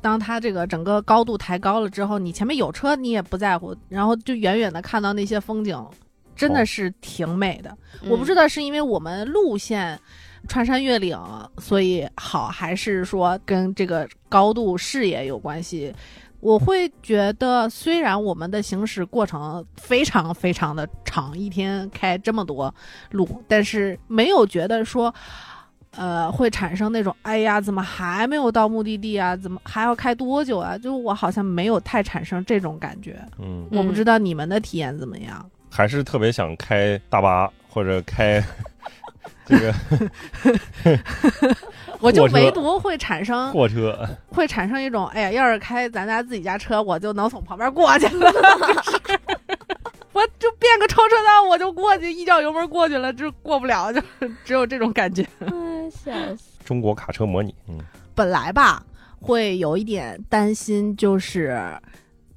当它这个整个高度抬高了之后，你前面有车你也不在乎，然后就远远的看到那些风景，真的是挺美的。我不知
道，
道是因为我们路线穿山越岭，所以好，还是说跟这个高度视野有关系。我会觉得，虽然我们的行驶过程非常非常的长，一天开这么多路，但是没有觉得说，呃，会产生那种哎呀，怎么还没有到目的地啊？怎么还要开多久啊？就我好像没有太产生这种感觉。
嗯，
我不
嗯
知道你们的体验怎么样。
还是特别想开大巴或者开 [LAUGHS] 这个
我就
货车
唯独会产生
货车。
会产生一种，哎呀，要是开咱家自己家车，我就能从旁边过去了， [LAUGHS] 就是，我就变个超车道，我就过去，一脚油门过去了，就过不了，就是只有这种感觉。 [LAUGHS]
哎，笑死，
中国卡车模拟，嗯，
本来吧，会有一点担心，就是，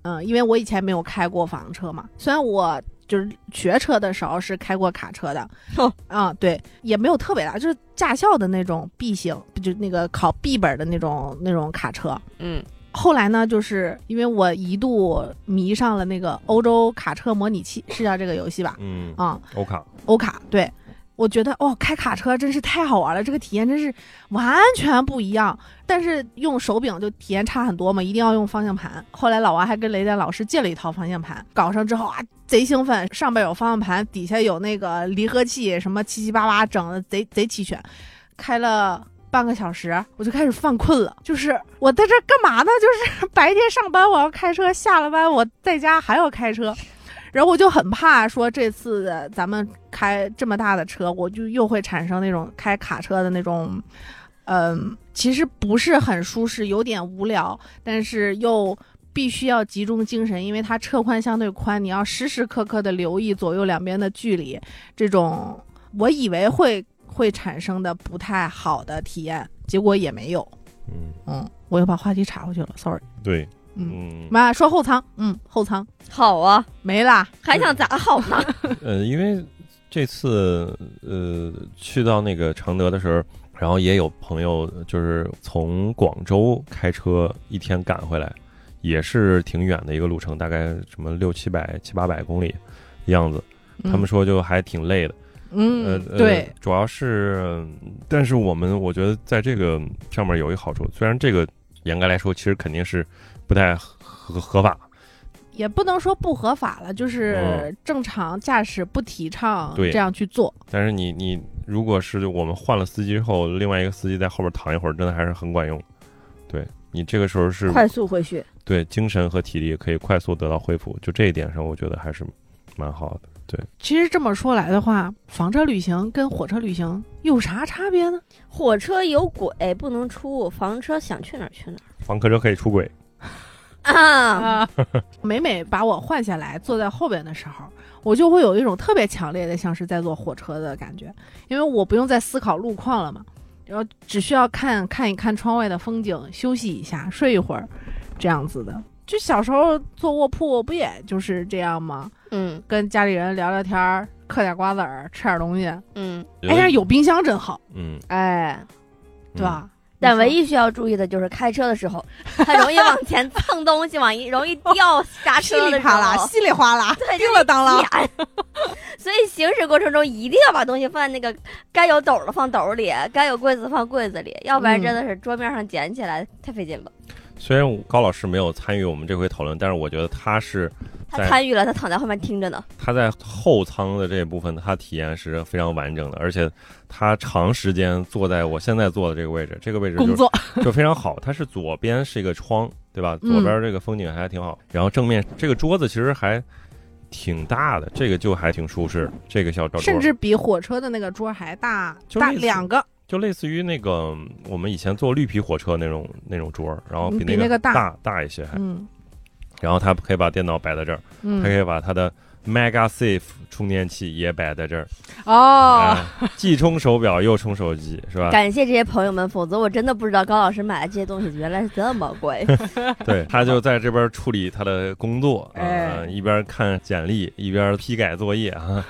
嗯，因为我以前没有开过房车嘛，虽然我就是学车的时候是开过卡车的，
哦
啊、对，也没有特别大，就是驾校的那种 B 型，就那个考 B 本的那种那种卡车，
嗯，
后来呢，就是因为我一度迷上了那个欧洲卡车模拟器，是叫这个游戏吧？
嗯，
啊、
欧卡，
欧卡，对，我觉得哦，开卡车真是太好玩了，这个体验真是完全不一样。但是用手柄就体验差很多嘛，一定要用方向盘。后来老王还跟雷电老师借了一套方向盘，搞上之后啊，贼兴奋，上边有方向盘，底下有那个离合器，什么七七八八，整的贼贼齐全。开了半个小时，我就开始犯困了。就是我在这儿干嘛呢？就是白天上班我要开车，下了班我在家还要开车。然后我就很怕说这次咱们开这么大的车，我就又会产生那种开卡车的那种，嗯，其实不是很舒适，有点无聊，但是又必须要集中精神，因为它车宽相对宽，你要时时刻刻的留意左右两边的距离，这种我以为会会产生的不太好的体验，结果也没有。
嗯，
嗯，我又把话题岔回去了，sorry。
对，
嗯，
嗯，
妈说后舱，嗯，后舱嗯
好啊，
没啦。
还想咋好呢？
[LAUGHS]
呃，因为这次呃去到那个常德的时候，然后也有朋友就是从广州开车一天赶回来，也是挺远的一个路程，大概什么六七百、七八百公里样子。
嗯
他们说就还挺累的。
嗯，
呃，
对
呃，主要是，嗯但是我们我觉得在这个上面有一好处，虽然这个严格来说其实肯定是不太合合法，
也不能说不合法了，就是
嗯
正常驾驶不提倡
对
这样去做。
但是你你如果是我们换了司机之后，另外一个司机在后边躺一会儿，真的还是很管用。对你这个时候是
快速回去，
对精神和体力可以快速得到恢复，就这一点上我觉得还是蛮好的。
其实这么说来的话，房车旅行跟火车旅行有啥差别呢？
火车有轨不能出，房车想去哪儿去哪
房客车可以出轨，
儿啊。
啊， [LAUGHS] 每每把我换下来坐在后边的时候，我就会有一种特别强烈的像是在坐火车的感觉，因为我不用再思考路况了嘛，然后只需要看看一看窗外的风景，休息一下，睡一会儿，这样子的。就小时候坐卧铺不也就是这样吗？
嗯
跟家里人聊聊天儿，嗑点瓜子儿，吃点东西。哎，
嗯，
但是有冰箱真好，
嗯，
哎，
对吧？啊
但唯一需要注意的就是开车的时候，它容易往前蹭东西，往一容易掉刹
[LAUGHS] 噼
车
里
的时
啪啦、
候，
稀里哗啦、
对，
叮了当啷。
点。 [LAUGHS] 所以行驶过程中一定要把东西放在那个该有斗儿的放斗儿里，该有柜子放柜子里，要不然
嗯
真的是桌面上捡起来太费劲了。
嗯虽然我高老师没有参与我们这回讨论，但是我觉得他是
他
在
参与了，他躺在后面听着呢。
他在后舱的这部分，他体验是非常完整的，而且他长时间坐在我现在坐的这个位置，这个位置
工
就
作，
就非常好。它是左边是一个窗，对吧？
嗯
左边这个风景还挺好，然后正面这个桌子其实还挺大的，这个就还挺舒适的。这个小小桌
甚至比火车的那个桌还大
就
大
类似
两个，
就类似于那个嗯我们以前坐绿皮火车那种那种桌，然后
嗯比
那
那个大
大大一些还。
嗯
然后他可以把电脑摆在这儿，他可
嗯，
以把他的 MagSafe 充电器也摆在这儿，
哦，
啊，既充手表又充手机，是吧？
感谢这些朋友们，否则我真的不知道高老师买的这些东西原来是这么贵。
对，他就在这边处理他的工作，啊、
哎
一边看简历，一边批改作业啊，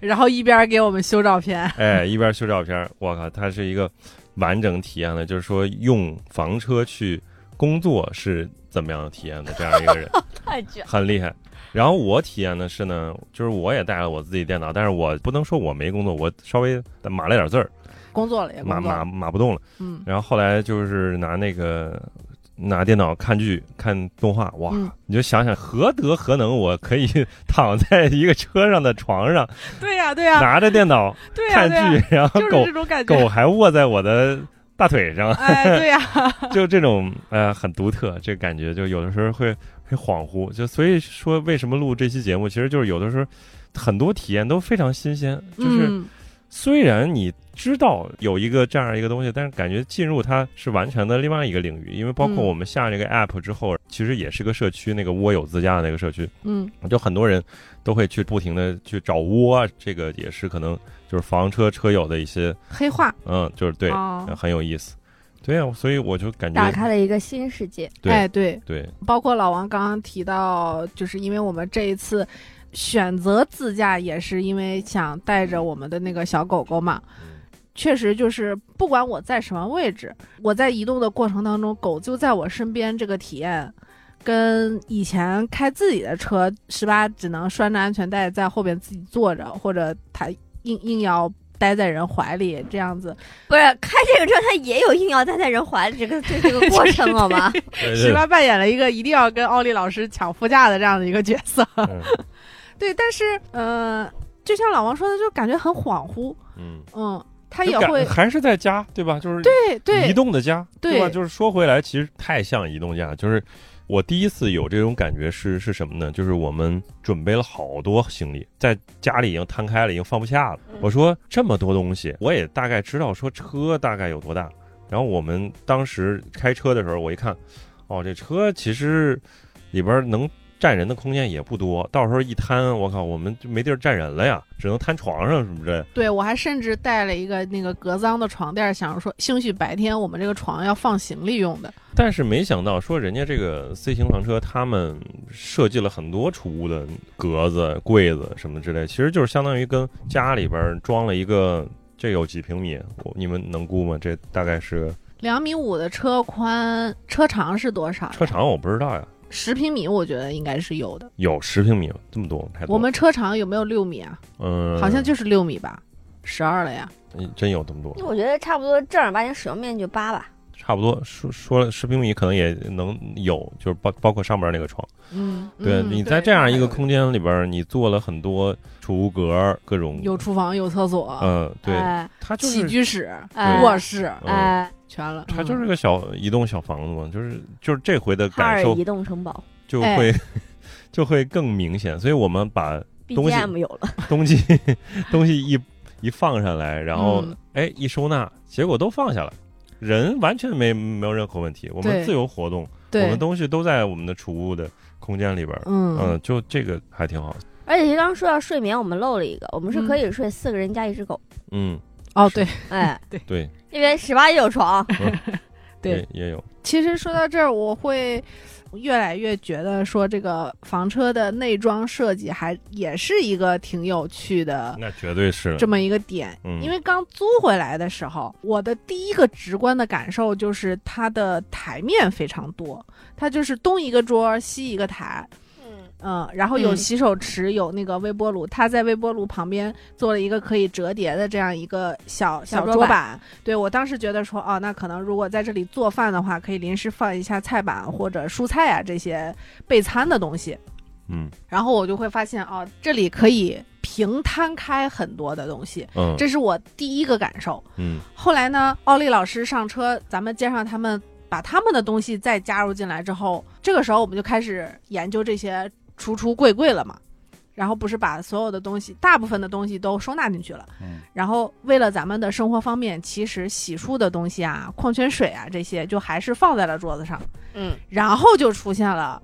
然后一边给我们修照片，
[LAUGHS] 哎，一边修照片。我靠，他是一个完整体验的，就是说用房车去工作是怎么样体验的这样一个
[LAUGHS]
人，
[LAUGHS] 太绝！
很厉害。然后我体验的是呢，就是我也带了我自己电脑，但是我不能说我没工作，我稍微码了点字儿，
[LAUGHS] 工作了也
码
工作
码
了，
码不动了。
嗯
然后后来就是拿那个拿电脑看剧、看动画，哇！
嗯，
你就想想何德何能，我可以 [LAUGHS] 躺在一个车上的床上，
对呀对呀
拿着电脑
对
看
呀对呀，
剧，然后
就是
狗
这种 [LAUGHS] 感觉，
狗还卧在我的大腿上，
哎对呀，
就这种呃很独特，这感觉就有的时候会会恍惚，就所以说为什么录这期节目，其实就是有的时候很多体验都非常新鲜，就是。
[LAUGHS] 嗯
虽然你知道有一个这样一个东西，但是感觉进入它是完全的另外一个领域，因为包括
嗯
我们下这个 app 之后，其实也是个社区，那个窝有自家的那个社区，
嗯
就很多人都会去不停的去找窝，啊这个也是可能就是房车车友的一些，
黑化
嗯，就是对，
哦，
很有意思，对啊，所以我就感
打
觉
开了一个新世界，
对
哎对，
对，
包括老王刚刚提到，就是因为我们这一次选择自驾，也是因为想带着我们的那个小狗狗嘛。确实，就是不管我在什么位置，我在移动的过程当中，狗就在我身边，这个体验。跟以前开自己的车，十八只能拴着安全带在后边自己坐着，或者它硬硬要待在人怀里这样子，
不是开这个车，他也有硬要待在人怀里这个这这个过程，好吗？
对
十八扮演了一个一定要跟奥利老师抢副驾的这样的一个角色。
嗯
[LAUGHS] 对，但是呃，就像老王说的，就感觉很恍惚，
嗯，
嗯，他
就
也
感
会，
还是在家，啊对吧？就是
[LAUGHS] 对
移
对，
动的家，对吧？
对
就是说回来，其实太像移动家，就是我第一次有这种感觉是是什么呢？就是我们准备了好多行李，在家里已经摊开了，已经放不下了
嗯。
我说这么多东西，我也大概知道说车大概有多大。然后我们当时开车的时候，我一看，哦，这车其实里边能站人的空间也不多，到时候一摊，我靠，我们就没地儿站人了呀，只能摊床上什么之类的。
对我还甚至带了一个那个格桑的床垫儿，想着说，兴许白天我们这个床要放行李用的，
但是没想到，说人家这个 C 型房车，他们设计了很多储物的格子、柜子什么之类，其实就是相当于跟家里边儿装了一个，这有几平米？我你们能估吗？这大概是
两米五的车宽，车长是多少呀？
车长，我不知道呀，
十平米，我觉得应该是有的。
有十平米吗这么多吗？太多了。
我们车长有没有六米啊？
嗯，
好像就是六米吧，十二了呀。
真有这么多，
[LAUGHS] 我觉得差不多正儿八经使用面积就八吧。
差不多说说了十平米，可能也能有，就是包包括上边那个床。
嗯，
对
嗯
你在这样一个
对
空间里边儿，你做了很多储物格儿，各种
有厨房有厕所，
嗯，对，
哎
它就
起
是。
居室、
哎
卧室
嗯
哎，
全了，
它
嗯
就是个小移动小房子嘛，就是就是这回的
哈
感
尔
受
移动城堡
就
哎
会、 [LAUGHS] 就会更明显，所以我们把东西
BGM 有了，
东西 [LAUGHS] 东西一一放上来，然后
嗯
哎、一收纳，结果都放下了，人完全没没有任何问题，我
对
们自由活动，我
对
们东西都在我们的储物的空间里边儿，
嗯
嗯，就这个还挺好，
而且刚刚说到睡眠，我们漏了一个，我们是
嗯
可以睡四个人加一只 [LAUGHS] 狗，
嗯，
哦，对
哎，
对
因为十八也有床，
对
也也有，
其实说到这儿，我会越来越觉得说，这个房车的内装设计还也是一个挺有趣的
那绝对是了
呃这么一个点。
嗯
因为刚租回来的时候，我的第一个直观的感受就是它的台面非常多，它就是东一个桌西一个台，
嗯，
嗯，然后有
嗯
洗手池，有那个微波炉，他在微波炉旁边做了一个可以折叠的这样一个小
小
小
桌
桌
板
板。对我当时觉得说，哦，那可能如果在这里做饭的话，可以临时放一下菜板或者蔬菜啊这些备餐的东西。
嗯
然后我就会发现，哦，这里可以平摊开很多的东西，
嗯
这是我第一个感受。
嗯
后来呢，奥利老师上车，咱们介绍他们把他们的东西再加入进来之后，这个时候我们就开始研究这些橱橱柜柜了嘛。然后不是把所有的东西，大部分的东西都收纳进去了。
嗯，
然后为了咱们的生活方便，其实洗漱的东西啊、矿泉水啊这些，就还是放在了桌子上。
嗯，
然后就出现了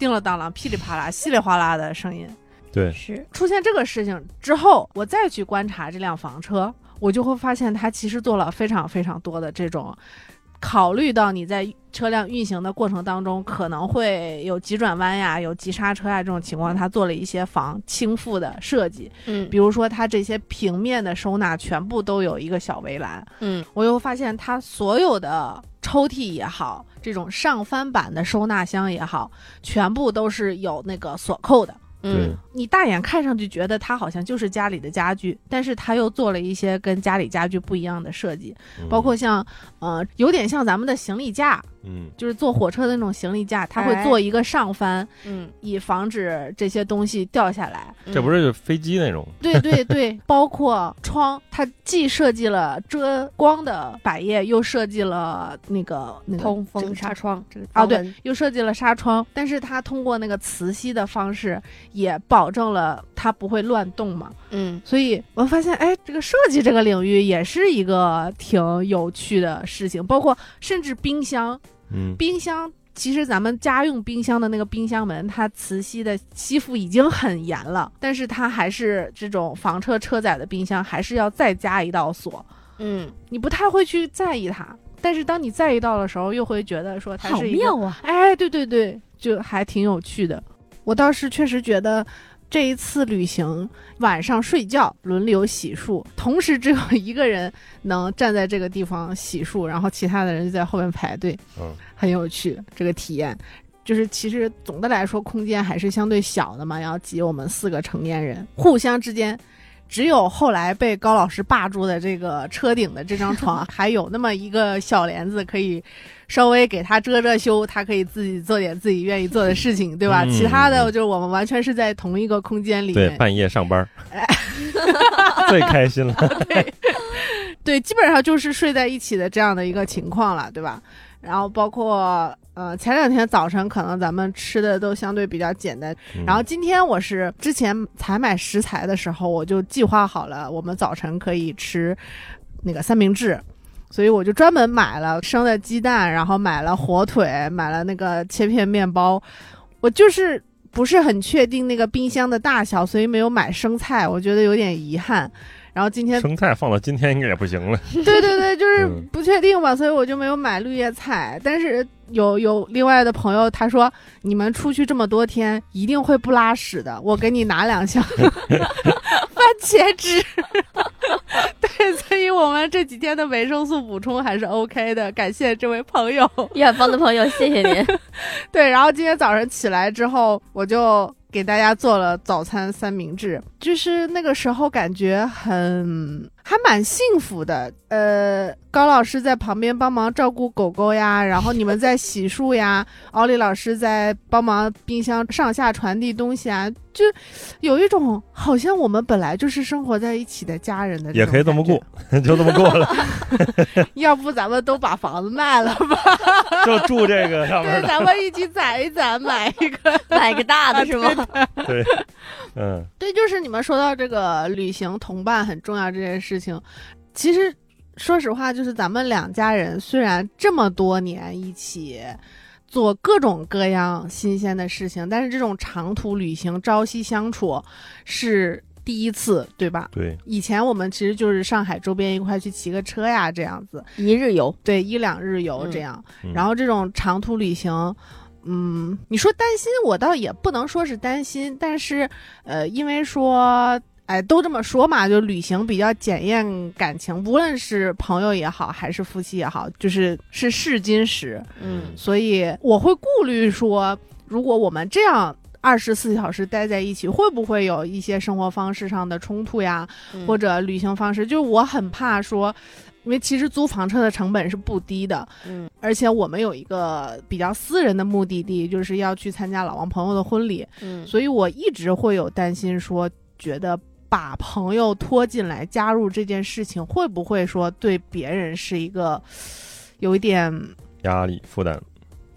叮了当啷、噼里啪啦、稀里哗啦的声音。
对，
是，
出现这个事情之后，我再去观察这辆房车，我就会发现它其实做了非常非常多的这种考虑到你在车辆运行的过程当中可能会有急转弯呀、有急刹车呀这种情况，它做了一些防倾覆的设计，
嗯
比如说它这些平面的收纳全部都有一个小围栏，
嗯
我又发现它所有的抽屉也好，这种上翻版的收纳箱也好，全部都是有那个锁扣的。
对
嗯，
你大眼看上去觉得它好像就是家里的家具，但是它又做了一些跟家里家具不一样的设计，
嗯
包括像呃，有点像咱们的行李架，
嗯
就是坐火车的那种行李架，它
哎
会做一个上翻，
嗯，
以防止这些东西掉下
[LAUGHS]
来。
这不
嗯
是飞机那种，
对对对，包括窗，它既设计了遮光的百叶，又设计了那个那个
通
这
风
个
纱窗
啊，
防
对
蚊，
又设计了纱窗，但是它通过那个磁吸的方式，也保证了它不会乱动嘛。
嗯
所以我发现，哎，这个设计这个领域也是一个挺有趣的事情，包括甚至冰箱，
嗯
冰箱。其实咱们家用冰箱的那个冰箱门，它磁吸的吸附已经很严了，但是它还是这种房车车载的冰箱，还是要再加一道锁。
嗯，
你不太会去在意它，但是当你在意到的时候，又会觉得说它
好
是一个
妙啊，
哎，对对对，就还挺有趣的。我倒是确实觉得这一次旅行，晚上睡觉轮流洗漱，同时只有一个人能站在这个地方洗漱，然后其他的人就在后面排队，
嗯，
很有趣这个体验。就是其实总的来说，空间还是相对小的嘛，要挤我们四个成年人，互相之间。只有后来被高老师霸住的这个车顶的这张床，还有那么一个小帘子可以稍微给他遮遮羞，他可以自己做点自己愿意做的事情，对吧？
嗯
其他的就是我们完全是在同一个空间里
对，
面，
半夜上
[LAUGHS]
班儿，最开心了，
对基本上就是睡在一起的这样的一个情况了，对吧？然后包括呃，前两天早晨可能咱们吃的都相对比较简单，
嗯
然后今天我是之前采买食材的时候，我就计划好了，我们早晨可以吃那个三明治，所以我就专门买了生的鸡蛋，然后买了火腿，买了那个切片面包。我就是不是很确定那个冰箱的大小，所以没有买生菜，我觉得有点遗憾。然后今天
生菜放到今天应该也不行了，
对对对，就是
嗯
不确定嘛，所以我就没有买绿叶菜。但是有有另外的朋友他说，你们出去这么多天，一定会不拉屎的，我给你拿两箱 [LAUGHS] 番茄汁。 [LAUGHS] 对，所以我们这几天的维生素补充还是 OK 的，感谢这位朋友。
远方的朋友，谢谢您。
对，然后今天早上起来之后，我就给大家做了早餐三明治，就是那个时候感觉很还蛮幸福的。呃，高老师在旁边帮忙照顾狗狗呀，然后你们在洗漱呀，奥利老师在帮忙冰箱上下传递东西啊，就有一种好像我们本来就是生活在一起的家人的
也
种
可以这么
呃感
过，， [LAUGHS]
觉
就这么过了，
[LAUGHS] 要不咱们都把房子
[LAUGHS]
卖了吧？
就住这个上面
对，
的，
咱们一起攒一攒，买一个。
买个大的 [LAUGHS] 是吗？
对，嗯
对，就是你们说到这个旅行同伴很重要这件事情，其实说实话，就是咱们两家人虽然这么多年一起做各种各样新鲜的事情，但是这种长途旅行朝夕相处是第一次，对吧？
对，
以前我们其实就是上海周边一块去骑个车呀，这样子，
一日游，
对，一两日游
嗯
这样。
嗯
然后这种长途旅行，嗯，你说担心，我倒也不能说是担心，但是呃，因为说。哎，都这么说嘛，就旅行比较检验感情，无论是朋友也好，还是夫妻也好，就是是试金石。
嗯
所以我会顾虑说，如果我们这样二十四小时待在一起，会不会有一些生活方式上的冲突呀，
嗯
或者旅行方式？就我很怕说，因为其实租房车的成本是不低的，
嗯
而且我们有一个比较私人的目的地，就是要去参加老王朋友的婚礼，
嗯
所以我一直会有担心说，觉得。把朋友拖进来加入这件事情，会不会说对别人是一个有一点
压力负担，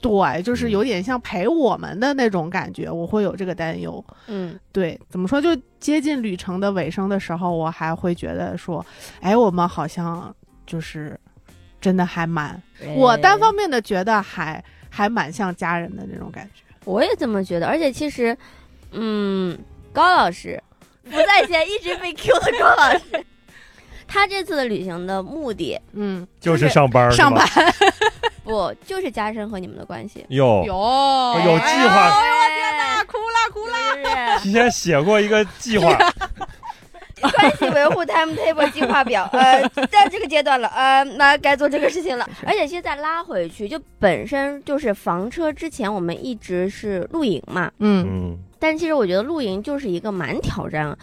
对，就是
嗯
有点像陪我们的那种感觉，我会有这个担忧。
嗯
对，怎么说？就接近旅程的尾声的时候，我还会觉得说，哎，我们好像就是真的还蛮，
嗯，
我单
哎
方面的觉得还还蛮像家人的那种感觉。
我也这么觉得，而且其实，嗯，高老师不在 [LAUGHS] 线一直被 Q 的高老师，他这次的旅行的目的
嗯，
就是
就是
上班儿，
上
是吧
班
不就是加深和你们的关系？
哟，
有啊
哦
哦有计划
哎呦我天哪，哭了哭了。
就是
提前写过一个计划，
啊
关系维护 timetable 计划表，呃，在这个阶段了，呃，那该做这个事情了。而且其实再拉回去，就本身就是房车之前我们一直是露营嘛，
嗯
嗯，
但其实我觉得露营就是一个蛮挑战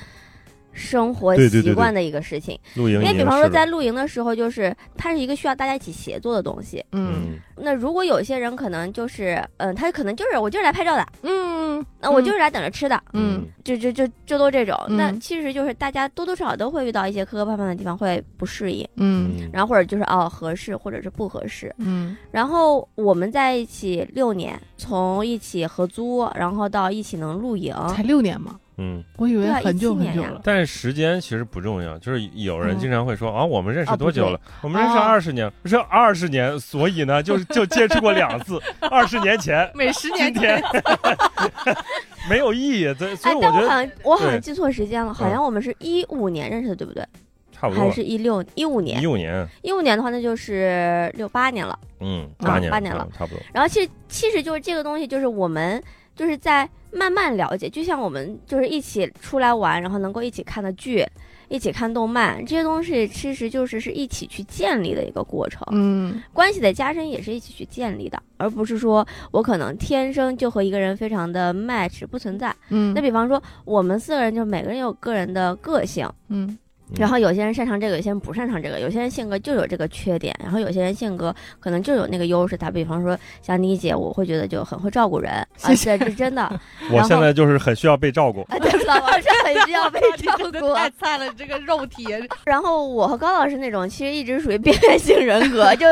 生活
对对对
习
对
惯的一个事情。
露营
因为
已
比
经
方
是
说
了
在露营的时候，就是它是一个需要大家一起协作的东西。
嗯
嗯，
那如果有些人可能就是，嗯、他可能就是我就是来拍照的，
嗯
那、我就是来等着吃的，
嗯
就就就就都这种。
嗯
那其实就是大家多多少少都会遇到一些磕磕绊绊的地方，会不适应，
嗯
嗯，
然后或者就是哦合适或者是不合适。
嗯
然后我们在一起六年，从一起合租，然后到一起能露营，
嗯，
哎
才六年嘛，
嗯，
我以为
对啊
很久
17
很
年
久
呀
了。
但是时间其实不重要，就是有人
嗯
经常会说、啊，我们认识
哦
多
不对
久了？我们认识
哦
二十年，不是二十年，所以呢，就是就接触过两
[LAUGHS]
次，二十年前，
每
[LAUGHS]
十
今天 [LAUGHS] 没有意义，对，所
哎
以，我觉
但我好
得
像我好
对嗯
像记错时间了，好像我们是一五年认识的，对不对？
差不多
还
吧，
是一六一五年
一？五年，
一五年的话，那就是六八年了。
嗯，
啊
年
八年了
嗯差不多，
然后其实其实就是这个东西，就是我们就是在慢慢了解，就像我们就是一起出来玩，然后能够一起看的剧，一起看动漫，这些东西其实就是是一起去建立的一个过程。
[LAUGHS] 嗯
关系的加深也是一起去建立的，而不是说我可能天生就和一个人非常的 match 不存在。
嗯
那比方说我们四个人，就每个人有个人的个性，
嗯
嗯
然后有些人擅长这个，有些人不擅长这个，有些人性格就有这个缺点，然后有些人性格可能就有那个优势。打比方说，像妮姐，我会觉得就很会照
[LAUGHS]
顾人，
谢
而
谢
且是真的， [LAUGHS] 啊，
我
然
现
后
在就是很需要被照顾，
对，老王是很需
[LAUGHS]
要被照
你真的
顾。
太菜了，你这个肉体也是。
然后我和高老师那种，其实一直属于边缘性人格， [LAUGHS] 就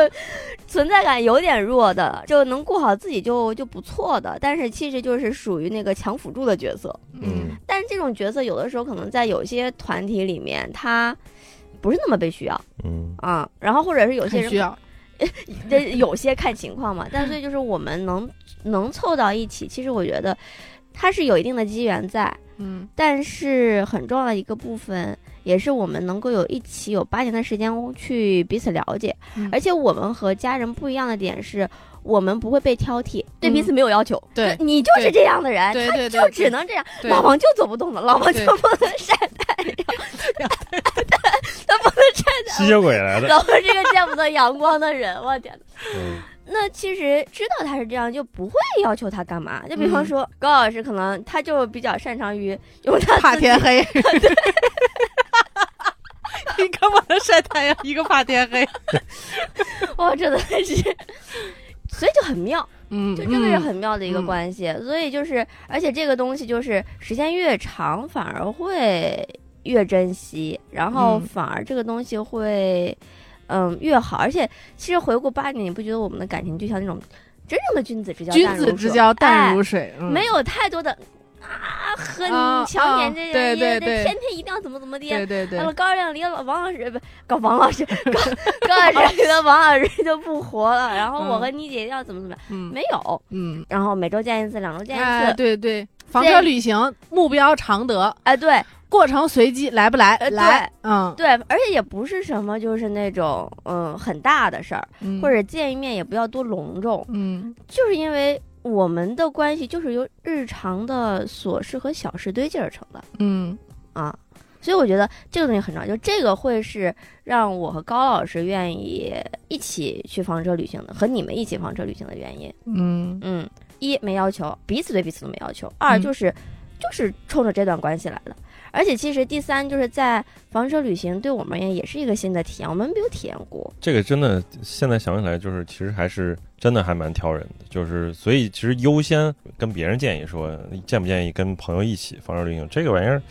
存在感有点弱的，就能顾好自己就就不错的，但是其实就是属于那个强辅助的角色。
嗯，
但是这种角色有的时候可能在有些团体里面，他不是那么被需要
嗯，
啊。然后或者是有些
很
人
需要。 [LAUGHS]
这有些看情况嘛，但所以就是我们能能凑到一起，其实我觉得它是有一定的机缘在，
嗯
但是很重要的一个部分，也是我们能够有一起有八年的时间去彼此了解，
嗯
而且我们和家人不一样的点是。我们不会被挑剔，对彼此没有要求。
嗯对
你就是这样的人，
对对对
他就
对
只能这样。
对
老王就走不动了，老王就
对
不能晒太阳，他不能晒太
吸
阳。
血鬼来
[LAUGHS]
的，
老王是个见不得阳光的人，我天呐。
嗯
那其实知道他是这样，就不会要求他干嘛。就比
嗯
方说，高老师可能他就比较擅长于用
[LAUGHS]
他
怕
自己
天黑。一个不能晒太阳，一个怕天黑。
哇，真的是， [LAUGHS] 所以就很妙，
[LAUGHS] 嗯，
就真的是
嗯
很妙的一个
嗯
关系。所以就是，而且这个东西就是时间越长，反而会越珍惜，然后
嗯
反而这个东西会，嗯，越好。而且其实回顾八年，你不觉得我们的感情就像那种真正的君子之交，
君
淡如
子之
水
交
哎
淡如水。嗯
没有太多的啊，很
啊
强
啊
颜这
对
人，
对
也
对
天天一定要怎么怎么的。
对对对
完，了，高亮离了王老师不高王老师 [LAUGHS] 高高老师离了王老师就不活了。然后我
嗯
和妮姐要怎么怎么样，
嗯
没有。
嗯，
然后每周见一次，两周见一
哎，
次。
对对，房车旅行目标常德。
哎，对，
过程随机，来不来？
呃对
来，嗯，
对，而且也不是什么就是那种嗯很大的事儿，
嗯
或者见一面也不要多隆重，
嗯
就是因为我们的关系就是由日常的琐事和小事堆积而成的
嗯
啊。所以我觉得这个东西很重要，就这个会是让我和高老师愿意一起去房车旅行的，和你们一起房车旅行的原因。
嗯
嗯，一没要求，彼此对彼此都没要求；二
嗯
就是、就是冲着这段关系来的。而且其实第三就是在房车旅行对我们而言也是一个新的体验，我们没有体验过。
这个真的，现在想起来，就是其实还是真的还蛮挑人的，就是所以其实优先跟别人建议说，你建不建议跟朋友一起房车旅行，这个玩意儿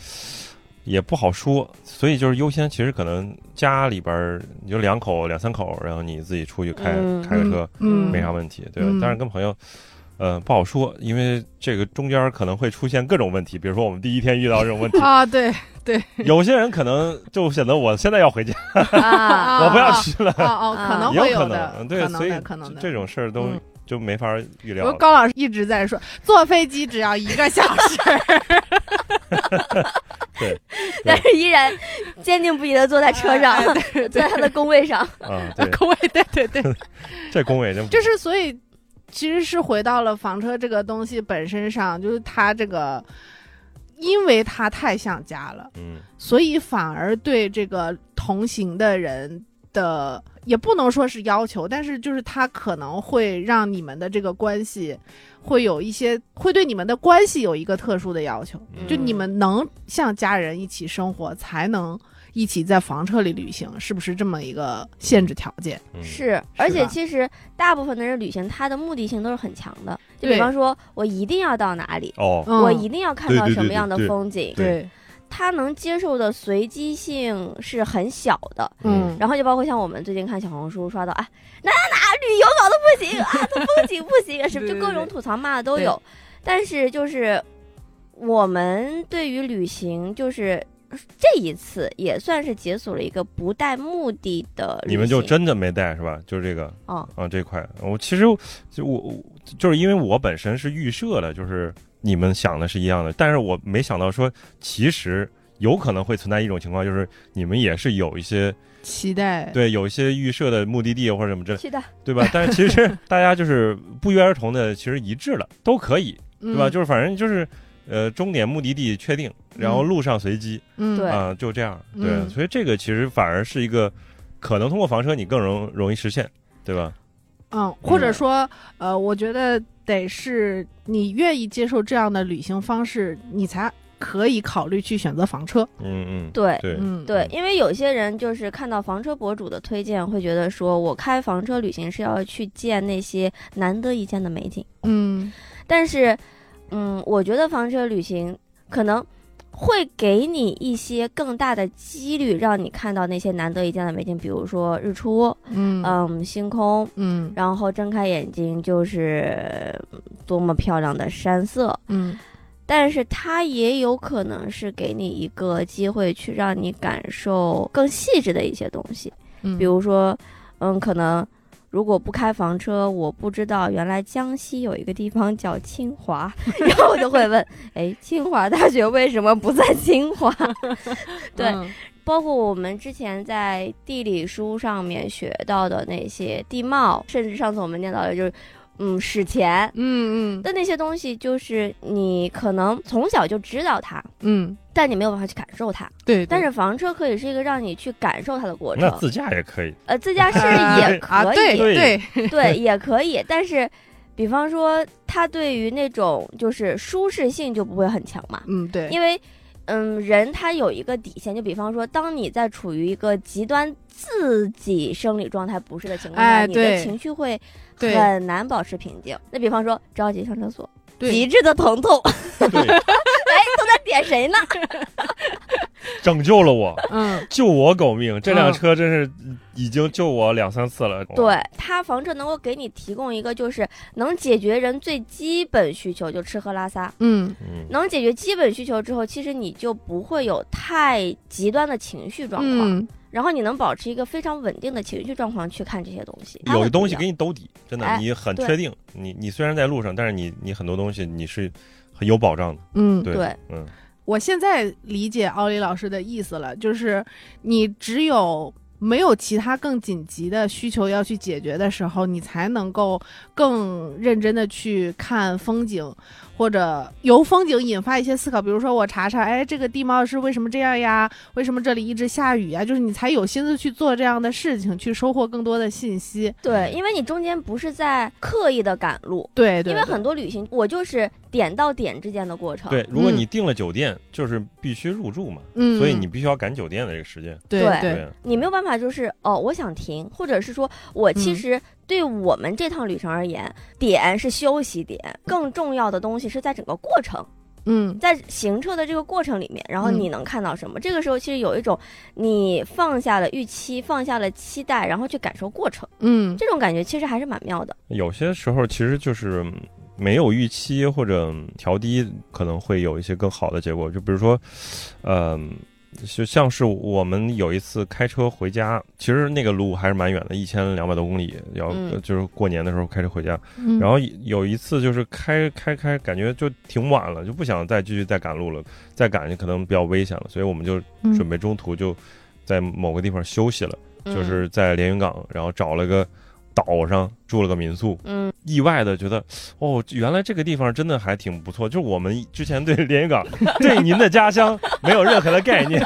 也不好说，所以就是优先，其实可能家里边儿你就两口两三口，然后你自己出去开、
嗯
开个车、
嗯，
没啥问题，对吧？
嗯，
但是跟朋友。呃，不好说，因为这个中间可能会出现各种问题，比如说我们第一天遇到这种问题
啊，对
[LAUGHS] 有些人可能就显得我现在要回家，
啊，
我不要
啊
去了，
哦哦，
嗯
可能
也
会
可
的，
能，对，
可
所
能
以
的，可能
这
的。
这种事儿都
嗯
就没法预
我
料了。
高老师一直在说，坐飞机只要一个小时，
[LAUGHS] 但是依然坚定不移的坐在 [LAUGHS] 车上，
哎
在他的工位上。
啊，对，
各位，对对对，
这工位真不
就是所以，其实是回到了房车这个东西本身上，就是它这个，因为它太像家了，
嗯，
所以反而对这个同行的人的也不能说是要求，但是就是它可能会让你们的这个关系会有一些，会对你们的关系有一个特殊的要求，
嗯
就你们能像家人一起生活，才能一起在房车里旅行，是不是这么一个限制条件？
嗯
是，而且
吧
其实大部分的人旅行，他的目的性都是很强的。就比
对
方说，我一定要到哪里，
哦，
嗯
我一定要看
对
到
对
什
对
么样的
对对
风景，
对，
他能接受的随机性是很小的。
嗯，
然后就包括像我们最近看小红书刷到，哎，哪哪哪旅游搞得不行啊，这风景不行，什么就
对对
各种吐槽骂的都有。但是就是我们对于旅行，就是这一次也算是解锁了一个不带目的的旅
你
行。
们就真的没带是吧？就是这个
哦，
啊这块，我其实就我我就是因为我本身是预设的，就是你们想的是一样的，但是我没想到说其实。有可能会存在一种情况，就是你们也是有一些
期待，
对有一些预设的目的地或者什么之类，
去的
对
[LAUGHS]
吧？但是其实大家就是不约而同的，其实一致了，都可以，
对
对
嗯
吧？就是反正就是，呃，终点目的地确定，然后
嗯
路上随机
嗯，
对
啊、就这样。对，
嗯
所以这个其实反而是一个可能通过房车你更容容易实现，对吧？
嗯，或者说，呃，我觉得得是你愿意接受这样的旅行方式，你才可以考虑去选择房车。
嗯嗯，
对。
对
嗯，
对，因为有些人就是看到房车博主的推荐，会觉得说我开房车旅行是要去见那些难得一见的美景。
嗯
但是，嗯，我觉得房车旅行可能会给你一些更大的几率，让你看到那些难得一见的美景，比如说日出，
嗯
嗯，星空，
嗯
然后睁开眼睛就是嗯多么漂亮的山色。
嗯
但是它也有可能是给你一个机会，去让你感受更细致的一些东西。
嗯，
比如说，嗯，可能如果不开房车，我不知道原来江西有一个地方叫清华， [LAUGHS] 然后我就会问，哎，清华大学为什么不在清华？对
嗯
包括我们之前在地理书上面学到的那些地貌，甚至上次我们念到的就是，嗯，史前
嗯嗯
的那些东西，就是你可能从小就知道它。
嗯，
但你没有办法去感受它，
对，
但是房车可以是一个让你去感受它的过
那
程。
自驾也可以。
呃，
[LAUGHS]
自驾是也可
[LAUGHS]
以，
啊，对
对
对，
对，也可以，但是，比方说，它对于那种就是舒适性就不会很强嘛，
嗯对，
因为，嗯，人他有一个底线，就比方说，当你在处于一个极端自己生理状态不适的情况下，
哎
你
对
的情绪会
对
很难保持平静。那比方说，着急上厕所，极
对
致的疼痛， [LAUGHS]
对，
那点谁呢？
拯救了我，
嗯
救我狗命！这辆
嗯
车真是已经救我两三次了。
对，它房车能够给你提供一个就是能解决人最基本需求，就吃喝拉撒。
嗯
嗯，
能解决基本需求之后，其实你就不会有太极端的情绪状况，
嗯，
然后你能保持一个非常稳定的情绪状况去看这些东西。
有个东西
它会不一
给
样
你兜底，真的，
哎
你很
对
确定。你你虽然在路上，但是你你很多东西你是很有保障的。
嗯
对，
对
嗯，
我现在理解奥利老师的意思了，就是你只有没有其他更紧急的需求要去解决的时候，你才能够更认真的去看风景，或者由风景引发一些思考。比如说，我查查，哎，这个地貌是为什么这样呀？为什么这里一直下雨呀？就是你才有心思去做这样的事情，去收获更多的信息。
对，因为你中间不是在刻意的赶路，
对对，
因为很多旅行我就是点到点之间的过程。
对，如果你订了酒店，就是必须入住嘛，
嗯，
所以你必须要赶酒店的这个时间。
对
对
对，啊
你没有办法，就是哦，我想停，或者是说我其
嗯
实对我们这趟旅程而言，点是休息点，更重要的东西是在整个过程，
嗯
在行车的这个过程里面，然后
嗯
你能看到什么？这个时候其实有一种你放下了预期，放下了期待，然后去感受过程，
嗯
这种感觉其实还是蛮妙的。
有些时候其实就是嗯没有预期或者嗯调低，可能会有一些更好的结果。就比如说，嗯、就像是我们有一次开车回家，其实那个路还是蛮远的，一千两百多公里，要、
嗯
呃就是过年的时候开车回家。
嗯，
然后有一次就是开开开，感觉就挺晚了，就不想再继续再赶路了，再赶就可能比较危险了，所以我们就
嗯
准备中途就在某个地方休息了，
嗯
就是在连云港，然后找了个岛上住了个民宿，
嗯，
意外的觉得哦，原来这个地方真的还挺不错。就是我们之前对连云港、 [LAUGHS] 对您的家乡没有任何的概
[LAUGHS]
念，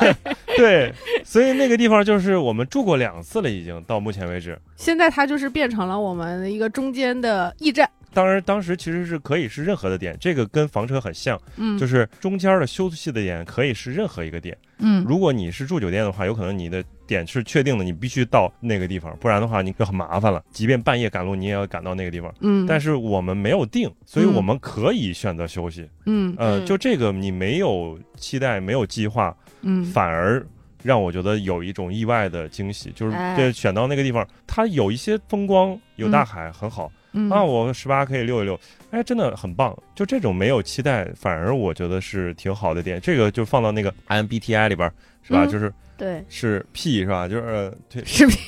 对对，所以那个地方就是我们住过两次了，已经到目前为止。
现在它就是变成了我们的一个中间的驿站，
当然，当时其实是可以是任何的点，这个跟房车很像，
嗯，
就是是中间的休息的点可以是任何一个点。
嗯
如果你是住酒店的话，有可能你的点是确定的，你必须到那个地方，不然的话你就很麻烦了。即便半夜赶路，你也要赶到那个地方。
嗯，
但
是
是我们没有定，所以
嗯
我们可以选择休息。
嗯
呃，
嗯
就这个你没有期待，没有计划，
嗯，
反而让我觉得有一种意外的惊喜，就是
哎
这选到那个地方，它有一些风光，有大
嗯
海，很好。
嗯 [LAUGHS]
啊，我十八可以溜一溜，哎，真的很棒。就这种没有期待，反而我觉得是挺好的点。这个就放到那个 MBTI 里边儿是吧？
嗯
就是
对，
是 P 是吧？就是
[LAUGHS]
呃对
视频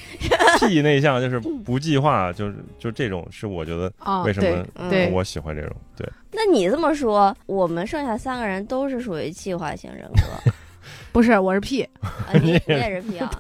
P 那一项就是不计划，就是就这种是我觉得
啊，
[LAUGHS] 为什么
嗯
对
我喜欢这种。对，
那你这么说，我们剩下三个人都是属于计划型人格
对不是我是 P，
啊，你
[LAUGHS]
你也是 P 啊，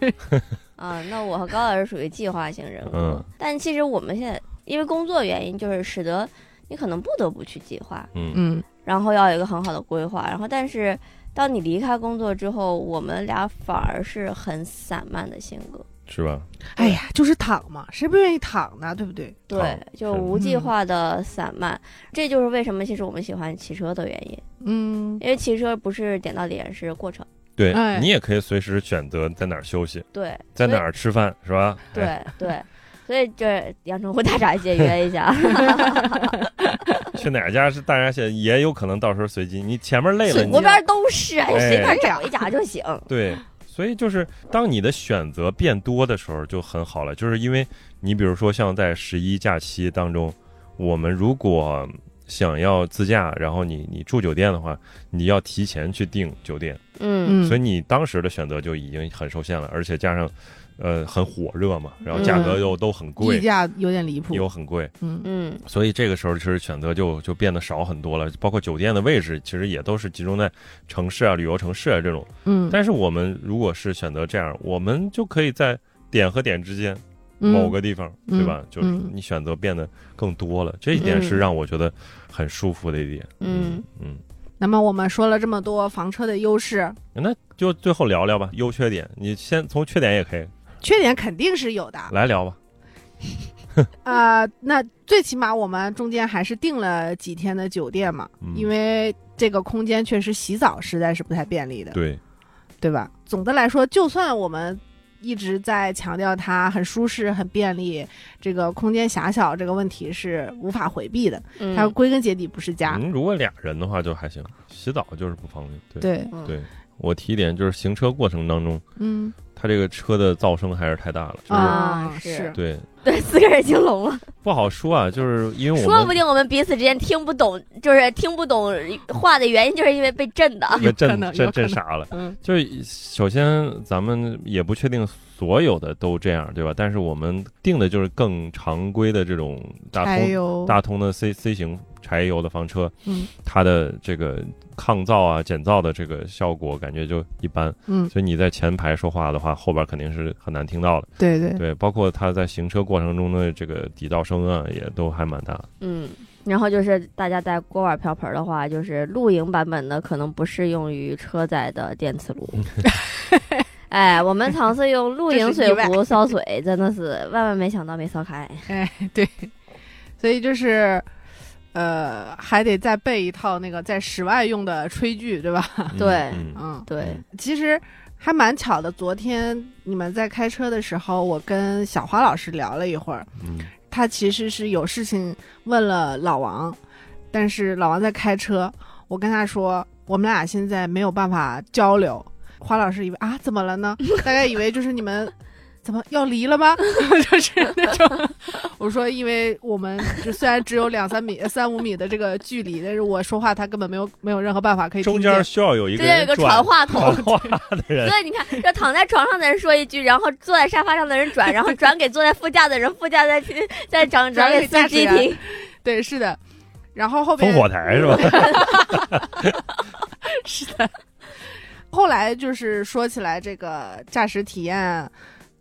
啊，那我和高老师属于计划型人格，
嗯
但其实我们现在因为工作原因，就是使得你可能不得不去计划，
嗯，
嗯
然后要有一个很好的规划，然后但是当你离开工作之后，我们俩反而是很散漫的性格，
是吧？
哎呀，就是躺嘛，谁不愿意躺呢？对不对？
好
对，就是无计划的散漫，这就是为什么其实我们喜欢骑车的原因，
嗯
因为骑车不是点到点是过程，
对、
哎
你也可以随时选择在哪儿休息，
对，
在
所以
哪儿吃饭是吧？哎
对对，
[LAUGHS]
所以这阳澄湖大闸蟹约一下，
去哪家是大闸蟹，也有可能到时候随机。你前面累了，
水
你啊
国边都是，哎
哎
随便找一家就行。
对，所以就是当你的选择变多的时候就很好了，就是因为你比如说像在十一假期当中，我们如果想要自驾，然后你你住酒店的话，你要提前去订酒店，
嗯，
嗯，
所以你当时的选择就已经很受限了，而且加上，呃，很火热嘛，然后价格又都很
溢
贵，
价有点离谱，
又很贵，
嗯
嗯
所以这个时候其实选择就就变得少很多了，包括酒店的位置其实也都是集中在城市啊、旅游城市啊这种。
嗯，
但是我们如果是选择这样，我们就可以在点和点之间
嗯
某个地方，
嗯
对吧？就是
嗯
你选择变得更多了，这一点是让我觉得很舒服的一点。
嗯
嗯，
那么我们说了这么多房车的优势，
嗯那就最后聊聊吧，优缺点，你先从缺点也可以
缺点肯定是有的。
来聊吧。
呃，那最起码我们中间还是订了几天的酒店嘛，
嗯
因为这个空间确实洗澡实在是不太便利的，
对，
对吧？总的来说，就算我们一直在强调它很舒适、很便利，这个空间狭小这个问题是无法回避的，
嗯，
它归根结底不是家。
嗯，如果俩人的话就还行，洗澡就是不方便。对，
对，
嗯
对我提一点，就是行车过程当中，
嗯
它这个车的噪声还是太大了，就是、
啊
啊是
是，
对
[LAUGHS] 对，四个人已经聋了，
不好说啊，就是因为我们
说不定我们彼此之间听不懂，就是听不懂话的原因，就是因为被震的。
被
有可
震
能有
震
可能
震傻了。
嗯
就是首先，咱们也不确定所有的都这样，对吧？但是我们定的就是更常规的这种大
还
通
有
大通的 C C 型柴柴油的房车，
嗯
它的这个抗噪啊、减噪的这个效果感觉就一般。
嗯，
所以你在前排说话的话，后边肯定是很难听到的。
对对，
对，包括它在行车过程中的这个底噪声啊，也都还蛮大的。
嗯，然后就是大家带锅碗瓢盆的话，就是露营版本的可能不适用于车载的电磁炉。
嗯
[LAUGHS] 哎，我们尝试用露营水
这是意
壶烧水，真的是万万没想到没烧开。
所以就是。呃，还得再备一套那个在室外用的炊具，对吧？
嗯
对
嗯
嗯，
对，
其实还蛮巧的。昨天你们在开车的时候，我跟小花老师聊了一会儿，
嗯，
他其实是有事情问了老王，但是老王在开车，我跟他说我们俩现在没有办法交流。花老师以为啊怎么了呢？大概以为就是你们。怎么要离了吗？ [LAUGHS] 就是那种，我说，因为我们就虽然只有两三米、三五米的这个距离，但是我说话他根本没有没有任何办法可以
中
听见
间需要有一
这
个
边
人
有一个传
转
话筒，
[LAUGHS] 传话的
[LAUGHS]
人
所以你看，要躺在床上的人说一句，然后坐在沙发上的人转，然后转给坐在副驾的人，副驾再听再
[LAUGHS]
转
转
转
给
给司机
驾驶员
听。
对，是的。然后后
烽
边
火台是吧？
[LAUGHS] 是的。后来就是说起来这个驾驶体验，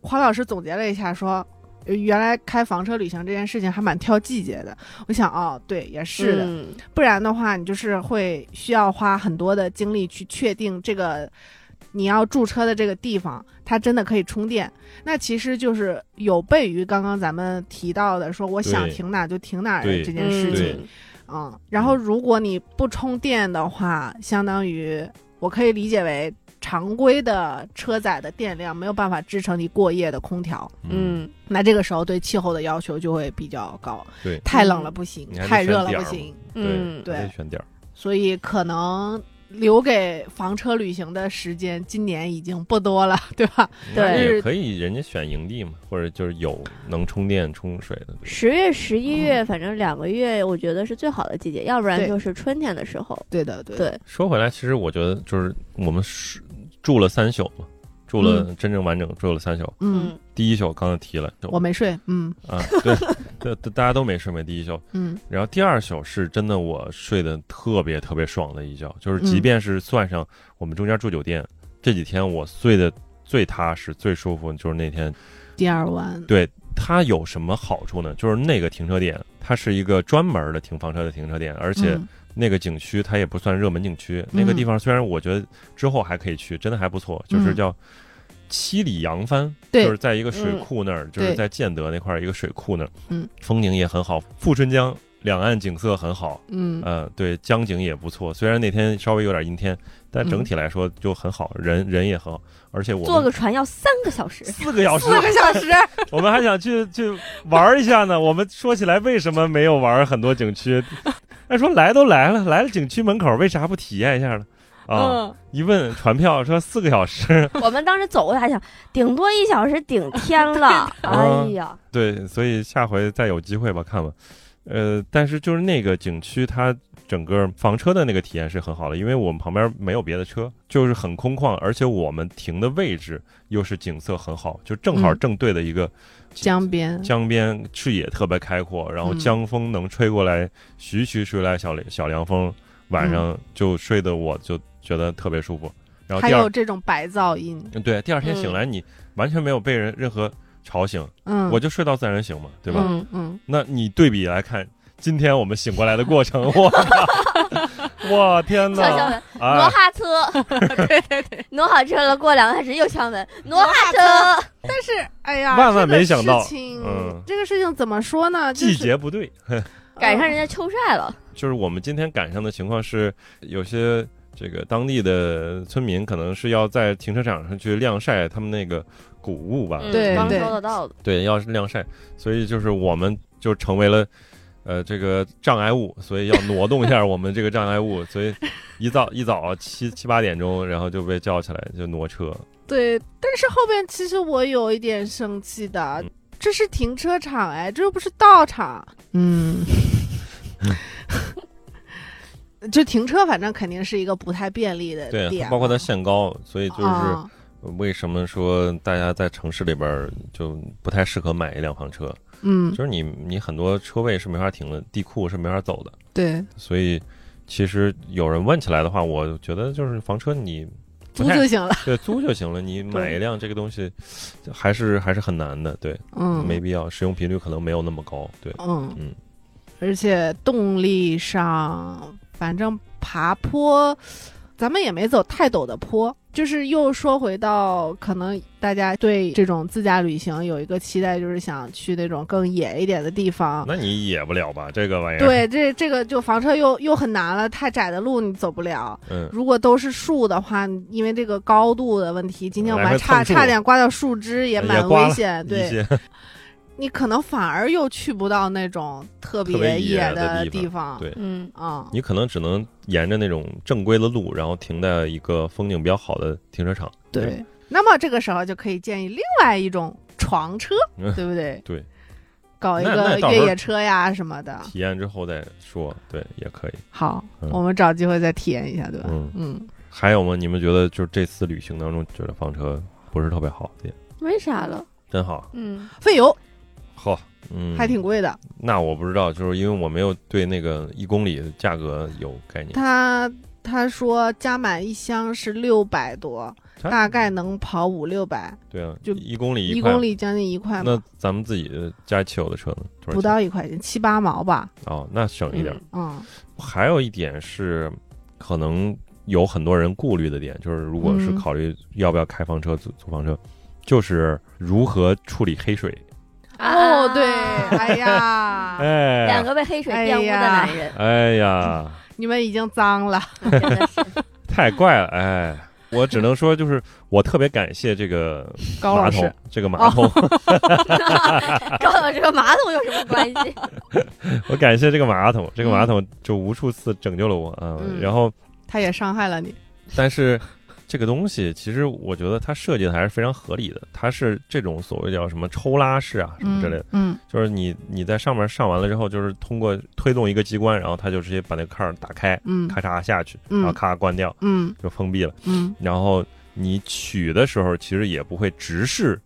黄老师总结了一下说。呃原来开房车旅行这件事情还蛮挑季节的，我想哦，对，也是的，
嗯
不然的话，你就是会需要花很多的精力去确定这个你要驻车的这个地方，它真的可以充电。那其实就是有悖于刚刚咱们提到的，说我想
对
停哪儿就停哪儿的
对
这件事
对
情。嗯，然后如果你不充电的话，相当于我可以理解为常规的车载的电量没有办法支撑你过夜的空调，
嗯，
那这个时候对气候的要求就会比较高。
对嗯
太冷了不行，
你还得
太热
选
了
点
不
儿
行，
嗯，
对
得选点儿。
所以可能留给房车旅行的时间今年已经不多了，对吧？
对
那
就是
也可以，人家选营地嘛，或者就是有能充电充水的。对
十月、十一月，反正两个月，我觉得是最好的季节，要不然
对
就是春天的时候。
[LAUGHS] 对的，对的，
对，
说回来，其实我觉得就是我们是住了三宿嘛，住
嗯
了真正完整住了三宿。
嗯，，
第一宿刚才提了，就
我没睡，嗯
啊，对， [LAUGHS] 对，对大家都没睡没第一宿，
嗯
然后第二宿是真的我睡得特别特别爽的一觉，就是
嗯
即便是算上我们中间住酒店这几天，我睡得最踏实最舒服，就是那天
第二晚，嗯
对它有什么好处呢？就是那个停车点，它是一个专门的停房车的停车点，而且
嗯
那个景区它也不算热门景区。那个地方虽然我觉得之后还可以去，真的还不错，就是
嗯
叫七里洋帆，
对
就是在一个水库那儿，就是
嗯对
在建德那块儿一个水库那儿，
嗯，
风景也很好，富春江两岸景色很好，
嗯
呃，对，江景也不错。虽然那天稍微有点阴天，但整体来说就很好，人人也很好，而且我
坐
们
个船要三个小时。
四个小时
四个小时，
我们还想去去玩一下呢。我们说起来，为什么没有玩很多景区？按说来都来了，来了景区门口，为啥不体验一下呢？啊，
嗯，
一问船票说四个小时，
[LAUGHS] 我们当时走过来还想，顶多一小时顶天
[LAUGHS] 啊
了。哎呀，
对，所以下回再有机会吧，看吧。呃，但是就是那个景区，它整个房车的那个体验是很好的，因为我们旁边没有别的车，就是很空旷，而且我们停的位置又是景色很好，就正好
嗯
正对的一个
江边，
江边视野特别开阔，然后
嗯
江风能吹过来，徐徐吹来小小凉风，晚上就睡得我就觉得特别舒服。然后
嗯还
第
有
二，
这种白噪音，
嗯对，第二天
嗯
醒来你完全没有被人任何吵醒，
嗯，
我就睡到自然醒嘛，对吧？
嗯嗯，
那你对比来看，今天我们醒过来的过程，我靠，
[LAUGHS]
我天
嗯
敲敲
哪！
门，挪
啊，
哈车， [LAUGHS] 挪好车了，过两个小时又敲门，挪哈
挪
车。
但是哎呀，
万万没想到
这个事情，
嗯
这个事情怎么说呢？就是呃
季节不对，
赶上人家秋晒了，
就是我们今天赶上的情况是，有些这个当地的村民可能是要在停车场上去晾晒他们那个谷物吧，
嗯
对
刚
对
收得到的，
对，要是晾晒，所以就是我们就成为了。呃，这个障碍物，所以要挪动一下我们这个障碍物，所以一早一早啊七七八点钟，然后就被叫起来就挪车，
对，但是后边其实我有一点生气的，
嗯
这是停车场哎，这又不是道场。嗯， [LAUGHS] 就停车，反正肯定是一个不太便利的
对，
点，
包括它限高，所以就是
啊
为什么说大家在城市里边儿就不太适合买一辆房车，
嗯
就是你你很多车位是没法停的，地库是没法走的，
对，
所以其实有人问起来的话，我觉得就是房车你
租就行了。
对租就行了，你买一辆这个东西还是还是很难的，对，
嗯，
没必要，使用频率可能没有那么高，对，
嗯
嗯，
而且动力上，反正爬坡，咱们也没走太陡的坡。就是又说回到，可能大家对这种自驾旅行有一个期待，就是想去那种更野一点的地方。
那你也不了吧这个玩意儿，，
哦对，这这个就房车又又很难了，太窄的路你走不了。
嗯，
如果都是树的话，你因为这个高度的问题，今天我
来回
们还差
蹭树
差点刮掉树枝，也
也
蛮
刮
危
了
险。
一
对，
些
你可能反而又去不到那种特
特别野
野
的地
地方。
对
嗯，
啊、
你可能只能沿着那种正规的路，然后停在一个风景比较好的停车场。
对。那么这个时候就可以建议另外一种床车，
嗯
对不
[LAUGHS]
对？
对，
搞一
那那
个
到时
越
候
野车呀什么的。
体验之后再说，对，也可以。
好，
嗯
我们找机会再体验一下，对吧？
嗯
嗯，
还有吗？你们觉得就是这次旅行当中，觉得房车不是特别好的，
为啥了？
真好，
嗯，
费油
好，嗯，
还挺。贵的，
那我不知道，就是因为我没有对那个一公里的价格有概念。
他他说加满一箱是六百多，
它
大概能跑五六百，
对啊，
就
一公里
一
块
公。里将近一块嘛
那咱们自己家骑有的车呢？多少
不
钱
到一块钱，七八毛吧。
哦，那省一点。
嗯
嗯，
还有一点是，可能有很多人顾虑的点，就是如果是
嗯
考虑要不要开房车、租租房车，就是如何处理黑水。
哦，对，哎
[LAUGHS]
呀，
哎，
嗯两个被黑水玷污的男人，
哎
[LAUGHS]
呀，
你们已经
[LAUGHS]
脏了。
真的是，
太怪了，哎。我只能说，就是我特别感谢这个
高
马
老
桶
师，，
这个马桶，
哦
跟我这个马桶有什么关
[LAUGHS]
系？
[LAUGHS] 我感谢这个马桶，这个
嗯
马桶就无数次拯救了我啊。
嗯
然后，
他也伤害了你。
但是这个东西其实我觉得它设计的还是非常合理的，它是这种所谓叫什么抽拉式啊什么之类的，
嗯，
就是你你在上面上完了之后，就是通过推动一个机关，然后它就直接把那个盖儿打开，
嗯
咔嚓下去，
嗯
然后咔关掉
嗯
就封闭了。
嗯
然后你取的时候，其实也不会直视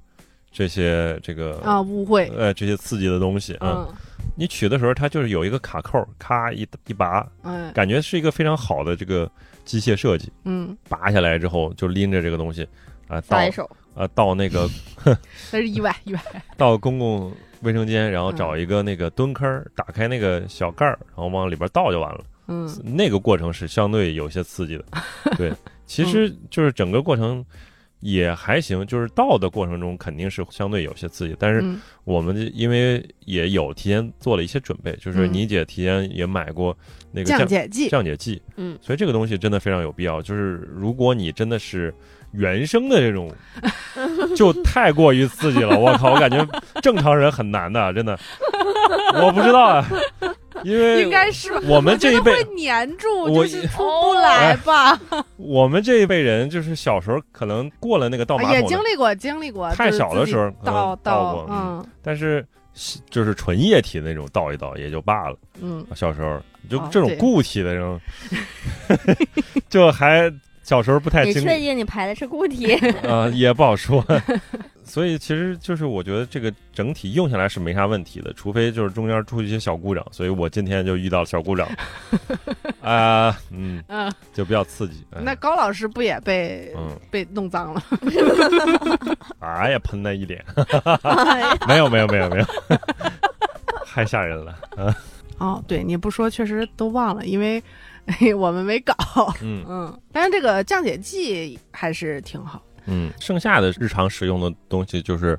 这些这个
啊，误会。
呃这些刺激的东西啊。
嗯
你取的时候，它就是有一个卡扣，咔一一拔，
嗯
感觉是一个非常好的这个机械设计。
嗯，
拔下来之后，就拎着这个东西啊、到
撒
啊
一、手，
到那个
那是意外意外。
到公共卫生间，然后找
嗯
一个那个蹲坑儿，打开那个小盖儿，然后往里边倒就完了。
嗯
那个过程是相对有些刺激
[LAUGHS]
的，对，其实就是整个过程也还行，就是到的过程中肯定是相对有些刺激，但是
嗯
我们这因为也有提前做了一些准备，就是
嗯
倪姐提前也买过那个
降
降
解剂。
降解剂，
嗯，
所以这个东西真的非常有必要，就是如果你真的是。原生的这
[LAUGHS]
种就太过于刺激了，我靠！我感觉正常人很难的，真的。我不知道啊，因为
应该是吧？
我们这一辈
我觉得会粘住，
我哎
就是出不来吧。
我们这一辈人就是小时候可能过了那个倒马
啊也
桶
经
的，
历过，经历过。
太
就是
小的时候
自己
可能倒
倒倒
过，
嗯
但是是就是纯液体那种倒一倒也就罢了。啊
嗯，
小时候就
哦
这种
对
固体的这种， [LAUGHS] 就还小时候不太
你
经
确
历
定你排的是固
[LAUGHS]
体？
啊、也不好说。 [LAUGHS] 所以其实就是我觉得这个整体用下来是没啥问题的，除非就是中间出一些小故障。所以我今天就遇到了小故
[LAUGHS]
障，啊、嗯，
嗯，
就比较刺激。哎
那高老师不也被
嗯，
被弄脏了？ [LAUGHS]
哎呀，喷他一脸，没有没有没有 [LAUGHS] 没有，太吓人了。
哦，对，你不说确实都忘了，因为 [LAUGHS] 我们没搞。 [LAUGHS]
嗯
嗯，但是这个降解剂还是挺好。
嗯，剩下的日常使用的东西就是，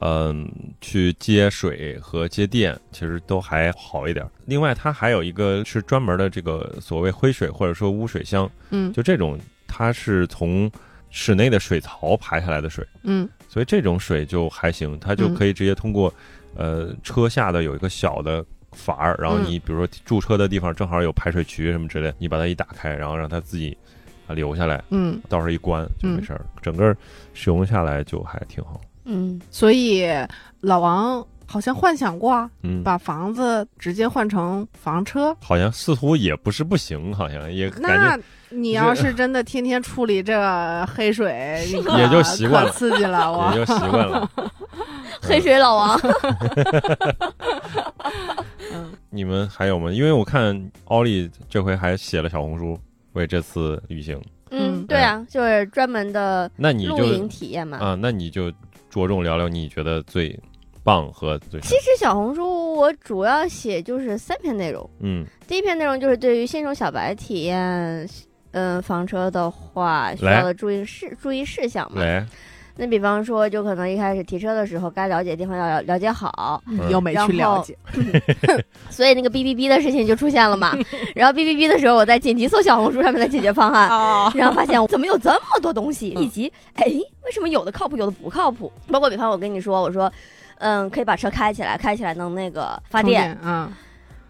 嗯、去接水和接电，其实都还好一点。另外，它还有一个是专门的这个所谓灰水或者说污水箱，
嗯
就这种它是从室内的水槽排下来的水，
嗯
所以这种水就还行，它就可以直接通过，呃，车下的有一个小的阀儿，然后你比如说驻车的地方正好有排水渠什么之类，你把它一打开，然后让它自己啊流下来，
嗯，
到时候一关就没事儿。整个使用下来就还挺好。
[LAUGHS] 嗯，
所以老王好像幻想过啊，
嗯，
把房子直接换成房车。
好像似乎也不是不行，好像也
那
感
你要是真的天天处理这黑水，你可
也就习惯了
可刺激了
觉
我。
也就习惯了。
黑水老王，
嗯，
你们还有吗？因为我看奥利这回还写了小红书为这次旅行，
嗯
嗯，
对啊，就是专门的
那你
露营
就
体验嘛。
啊，那你就着重聊聊你觉得最棒和最
其实小红书我主要写就是三篇内容，
嗯
第一篇内容就是对于新手小白体验，嗯，房车的话需
来
要的注意事注意事项嘛。
来
那比方说，就可能一开始提车的时候，该了解的地方要了了解好，
嗯
又没去了解，
所以那个哔哔哔的事情就出现
[LAUGHS]
了嘛。然后哔哔哔的时候，我在紧急搜小红书上面的解决方案，
哦，
然后发现怎么有这么多东西，
嗯
以及哎，为什么有的靠谱，有的不靠谱？包括比方我跟你说，我说，嗯，可以把车开起来，开起来能那个发
充
电，
电啊，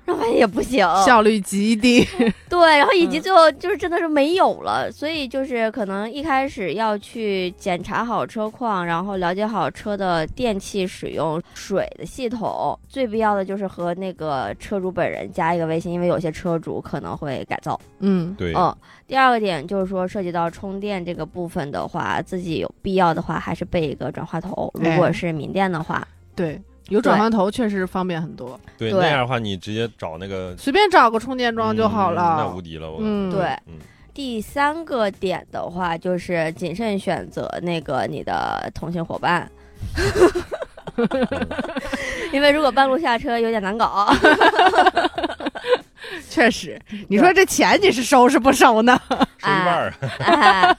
然后发现也不行，
效率极低， [LAUGHS]
对，然后以及
嗯
最后就是真的是没有了，所以就是可能一开始要去检查好车况，然后了解好车的电器使用、水的系统，最必要的就是和那个车主本人加一个微信，因为有些车主可能会改造。
嗯
对
嗯，第二个点就是说，涉及到充电这个部分的话，自己有必要的话还是备一个转化头，如
哎
果是民电的话，
对，有转换头确实方便很多，
对
对
那样的话，你直接找那个
随便找个充电桩就好
嗯那
了
无。敌了，我
嗯，
对
嗯
第三个点的话，就是谨慎选择那个你的同行伙 [LAUGHS] 伴，因为如果半路下车有点难搞。 [LAUGHS]
确实，你说这钱你是收拾不收呢？
说一半儿，
哎，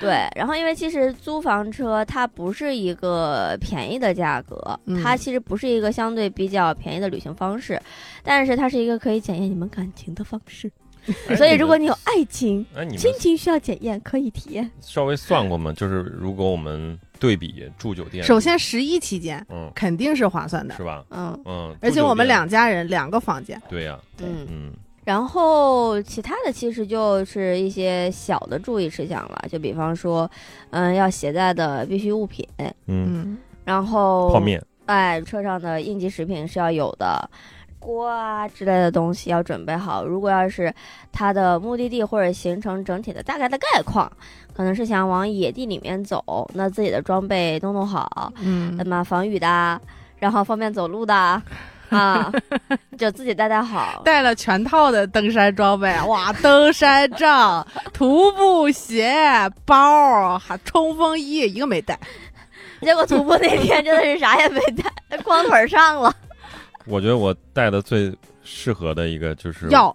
对，然后因为其实租房车它不是一个便宜的价格，
嗯
它其实不是一个相对比较便宜的旅行方式，但是它是一个可以检验你们感情的方式。
哎
所以
你
如果
们
你有爱情、
哎你们
亲情需要检验，可以体验。
稍微算过吗？就是如果我们对比住酒店，
首先十一期间
嗯
肯定是划算的，
是吧？
嗯
嗯，
而
住
且
酒
我们
店
两家人两个房间，
对呀，
对
嗯，
嗯
然后其他的其实就是一些小的注意事项了，就比方说，嗯，要携带的必需物品，
嗯，
嗯，
然后
泡面
哎，车上的应急食品是要有的，锅啊之类的东西要准备好。如果要是它的目的地或者行程整体的大概的概况，可能是想往野地里面走，那自己的装备弄弄好，
嗯
那，么防雨的啊，然后方便走路的啊，啊 [LAUGHS] 就自己带带好。
带了全套的登山装备，啊哇，登山杖、 [LAUGHS] 徒步鞋、包、还冲锋衣，一个没带。
[LAUGHS] 结果徒步
[LAUGHS]
那天真的是啥也没带，光腿儿上了。
我觉得我带的最适合的一个就是
药，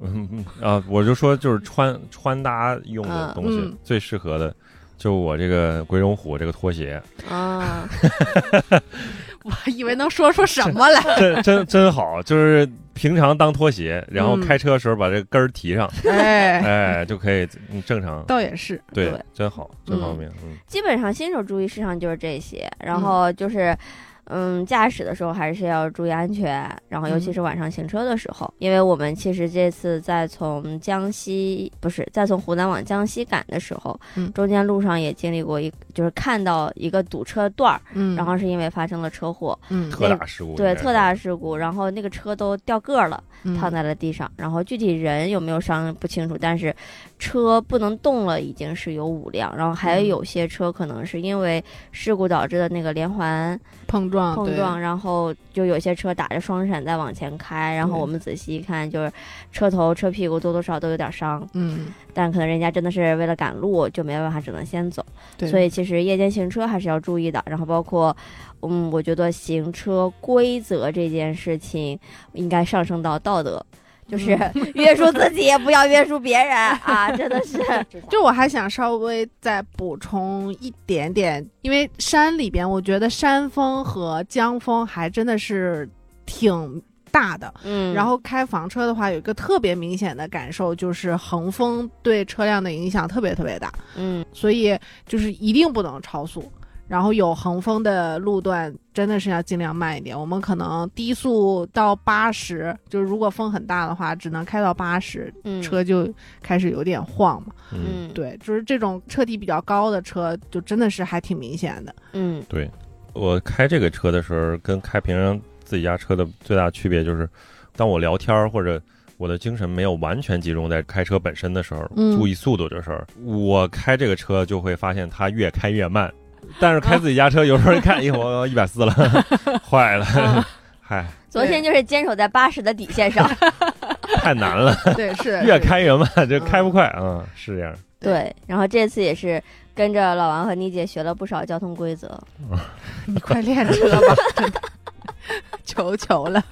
嗯嗯 [LAUGHS] 啊，我就说就是穿穿搭用的东西、
嗯嗯
最适合的，就我这个鬼冢虎这个拖鞋，
啊，
我还以为能说出什么来。
真真真好，就是平常当拖鞋，然后
嗯
开车的时候把这个跟儿提上，
哎，
[LAUGHS] 哎，就可以嗯正
[LAUGHS]
常。
倒也是，
对
对，
真好，真
嗯
方便。嗯，
[LAUGHS] 基本上新手注意事项就是这些，然后就是。嗯，驾驶的时候还是要注意安全，然后尤其
嗯
是晚上行车的时候，因为我们其实这次在从江西不是在从湖南往江西赶的时候，
嗯
中间路上也经历过一就是看到一个堵车段儿，
嗯
然后是因为发生了车祸，
嗯，
特大事故，
对
应该是
特大事故，然后那个车都掉个儿了，
嗯
躺在了地上，然后具体人有没有伤不清楚，但是车不能动了，已经是有五辆，然后还
嗯
有些车可能是因为事故导致的那个连环
碰撞，
碰
哦对
撞，，然后就有些车打着双闪在往前开，然后
对
我们仔细一看，就是车头、车屁股多多少少都有点伤，
嗯，
但可能人家真的是为了赶路，就没办法，只能先走。
对，
所以其实夜间行车还是要注意的。然后包括，嗯，我觉得行车规则这件事情应该上升到道德，就是
嗯
约束自己，不要约束别人啊！真的是，
[LAUGHS] 就我还想稍微再补充一点点，因为山里边，我觉得山峰和江峰还真的是挺大的。
嗯，
然后开房车的话，有一个特别明显的感受，就是横风对车辆的影响特别特别大，
嗯，
所以就是一定不能超速。然后有横风的路段，真的是要尽量慢一点。我们可能低速到八十，就是如果风很大的话，只能开到八十，
嗯，
车就开始有点晃嘛。
嗯，
嗯，，
对，就是这种车体比较高的车，就真的是还挺明显
[LAUGHS]
的。
嗯
对，我开这个车的时候，跟开平常自己家车的最大区别就是，当我聊天儿或者我的精神没有完全集中在开车本身的时候，
嗯
注意速度这事儿，我开这个车就会发现它越开
[LAUGHS] 嗯
越慢。但是开自己家车，有时候一看，哎呦，我一百四了，坏了， [LAUGHS] 嗨，
昨天就是坚守在八十的底线上。
太难了，
[LAUGHS] 对，嗯是
越
是
开越慢，就开不快啊，是这样。
对
对，然后这次也是跟着老王和妮姐学了不少交通规则。
你快练车吧， [LAUGHS] 真的，求求了。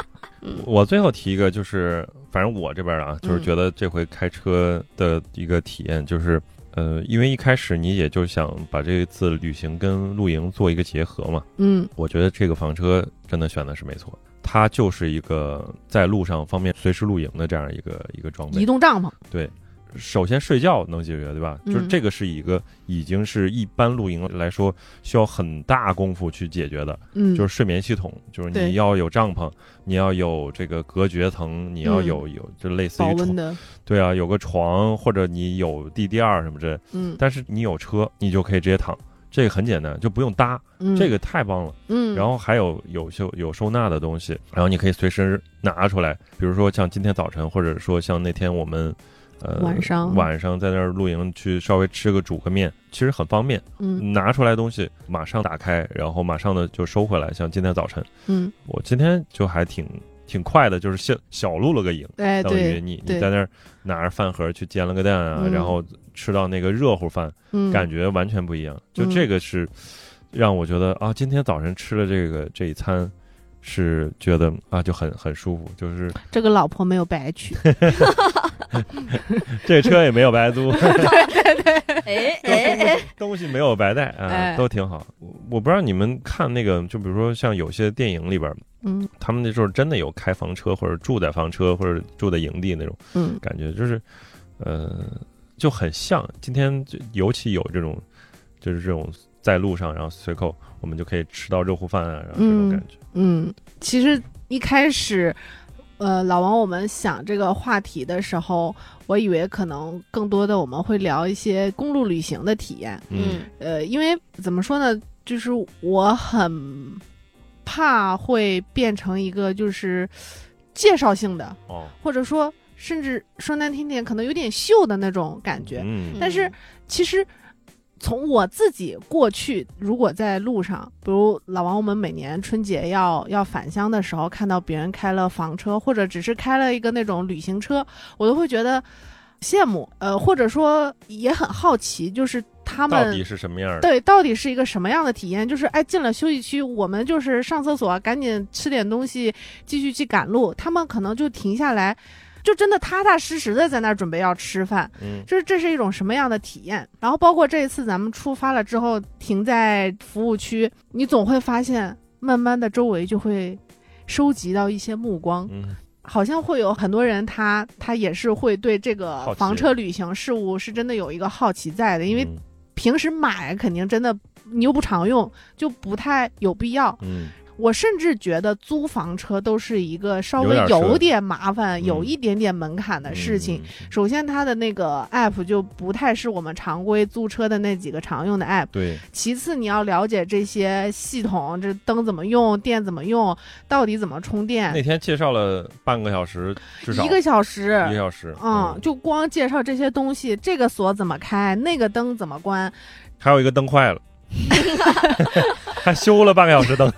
嗯，
我最后提一个，就是反正我这边啊，就是
嗯
觉得这回开车的一个体验，就是、呃，因为一开始你也就想把这一次旅行跟露营做一个结合嘛，
嗯
我觉得这个房车真的选的是没错，它就是一个在路上方便随时露营的这样一个一个装备
移。动帐篷，
首先睡觉能解决，对吧？
嗯
就是这个是一个已经是一般露营来说需要很大功夫去解决的，
嗯，
就是睡眠系统，就是
对
你要有帐篷，你要有这个隔绝层，你要有有就类似
嗯保
于
温
床，
的，
对啊，有个床或者你有地垫儿什么之类的。
嗯
但是你有车，你就可以直接躺，这个很简单，就不用搭，
嗯，
这个太棒了。
嗯，
然后还有有收有收纳的东西，然后你可以随时拿出来，比如说像今天早晨，或者说像那天我们。呃，
晚上
晚上在那儿露营，去稍微吃个煮个面，其实很方便。
嗯
拿出来东西马上打开，然后马上的就收回来。像今天早晨，
嗯，
我今天就还挺挺快的，就是小小露了个营，
哎
等于
对，
你你在那儿拿着饭盒去煎了个蛋啊，
嗯
然后吃到那个热乎饭，
嗯
感觉完全不一样。就
嗯
这个是让我觉得啊，今天早晨吃了这个这一餐。是觉得啊，就很很舒服，
[LAUGHS]
就是
这个老婆没有白娶，
这车也没有白租， [LAUGHS]
[LAUGHS] 哎哎哎，
东西没有白带啊
哎，
都挺好。我我不知道你们看那个，就比如说像有些电影里边，
嗯
他们那时候真的有开房车，或者住在房车，或者住在营地那种
嗯
感觉，就是，呃，就很像。今天就尤其有这种，就是这种在路上，然后随口我们就可以吃到热乎饭啊，然后这种感觉。
嗯，其实一开始。呃，老王，我们想这个话题的时候，我以为可能更多的我们会聊一些公路旅行的体验。
嗯
呃，因为怎么说呢，就是我很怕会变成一个就是介绍性的，
哦，
或者说甚至说难听点，可能有点秀的那种感觉。
嗯
但是其实从我自己过去，如果在路上，比如老王，我们每年春节要要返乡的时候，看到别人开了房车，或者只是开了一个那种旅行车，我都会觉得羡慕，呃，或者说也很好奇，就是他
到
们
底是什么样的？
对，到底是一个什么样的体验？就是哎，进了休息区，我们就是上厕所，赶紧吃点东西，继续去赶路。他们可能就停下来，就真的踏踏实实的在那儿准备要吃饭。
嗯
就是这是一种什么样的体验？然后包括这一次咱们出发了之后，停在服务区，你总会发现，慢慢的周围就会收集到一些目光。
嗯
好像会有很多人他，他也是会对这个
好奇
房车旅行事物是真的有一个好奇在的，因为
嗯
平时买肯定真的你又不常用，就不太有必要。
嗯
我甚至觉得租房车都是一个稍微
有点事儿
有点麻烦、
嗯
有一点点门槛的事情。
嗯
首先，它的那个 app 就不太是我们常规租车的那几个常用的 app。
对，
其次，你要了解这些系统，这灯怎么用，电怎么用，到底怎么充
那
电，
天介绍了半个小时，至少
哎一个小时，
一个小时。
嗯，，就光介绍这些东西，这个锁怎么开，那个灯怎么关，
还有一个灯坏
[LAUGHS]
了，还修了半个小时灯。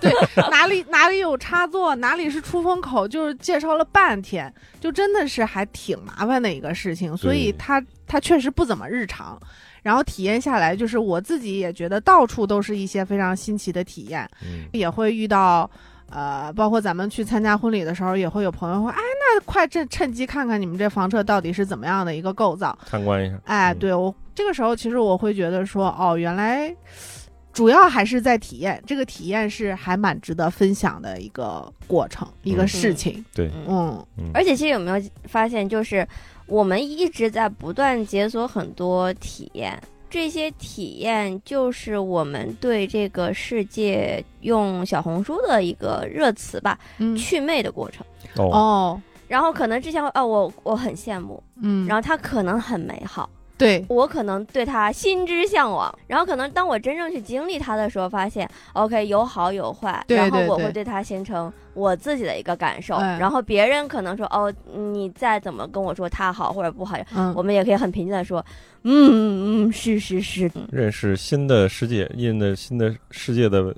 哪里哪里有插座，哪里是出风口，就是介绍了半天，就真的是还挺麻烦的一个事情，所以它它确实不怎么日常。然后体验下来，就是我自己也觉得到处都是一些非常新奇的体验，
嗯
也会遇到。呃，包括咱们去参加婚礼的时候，也会有朋友说：“哎，那快趁趁机看看你们这房车到底是怎么样的一个构造。”
参观一下。
哎，
嗯
对我这个时候，其实我会觉得说，哦，原来主要还是在体验，这个体验是还蛮值得分享的一个过程，一个事情。
对，
嗯，
嗯
嗯
而且其实有没有发现，就是我们一直在不断解锁很多体验，这些体验就是我们对这个世界用小红书的一个热词吧，
嗯，
祛魅的过程。
哦，
哦，
然后可能之前会哦，我我很羡慕，
嗯，
然
后
后它可能很美好，
对，
我可能对它心之向往，然后可能当我真正去经历它的时候，发现 OK 有好有坏，
对
然后
对
我
对
会对它形成我自己的一个感受，
哎
然后别人可能说哦，你再怎么跟我说它好或者不好，
嗯，
我们也可以很平静的说，嗯嗯嗯，是是是，嗯
认识新的世界，认识新的世界的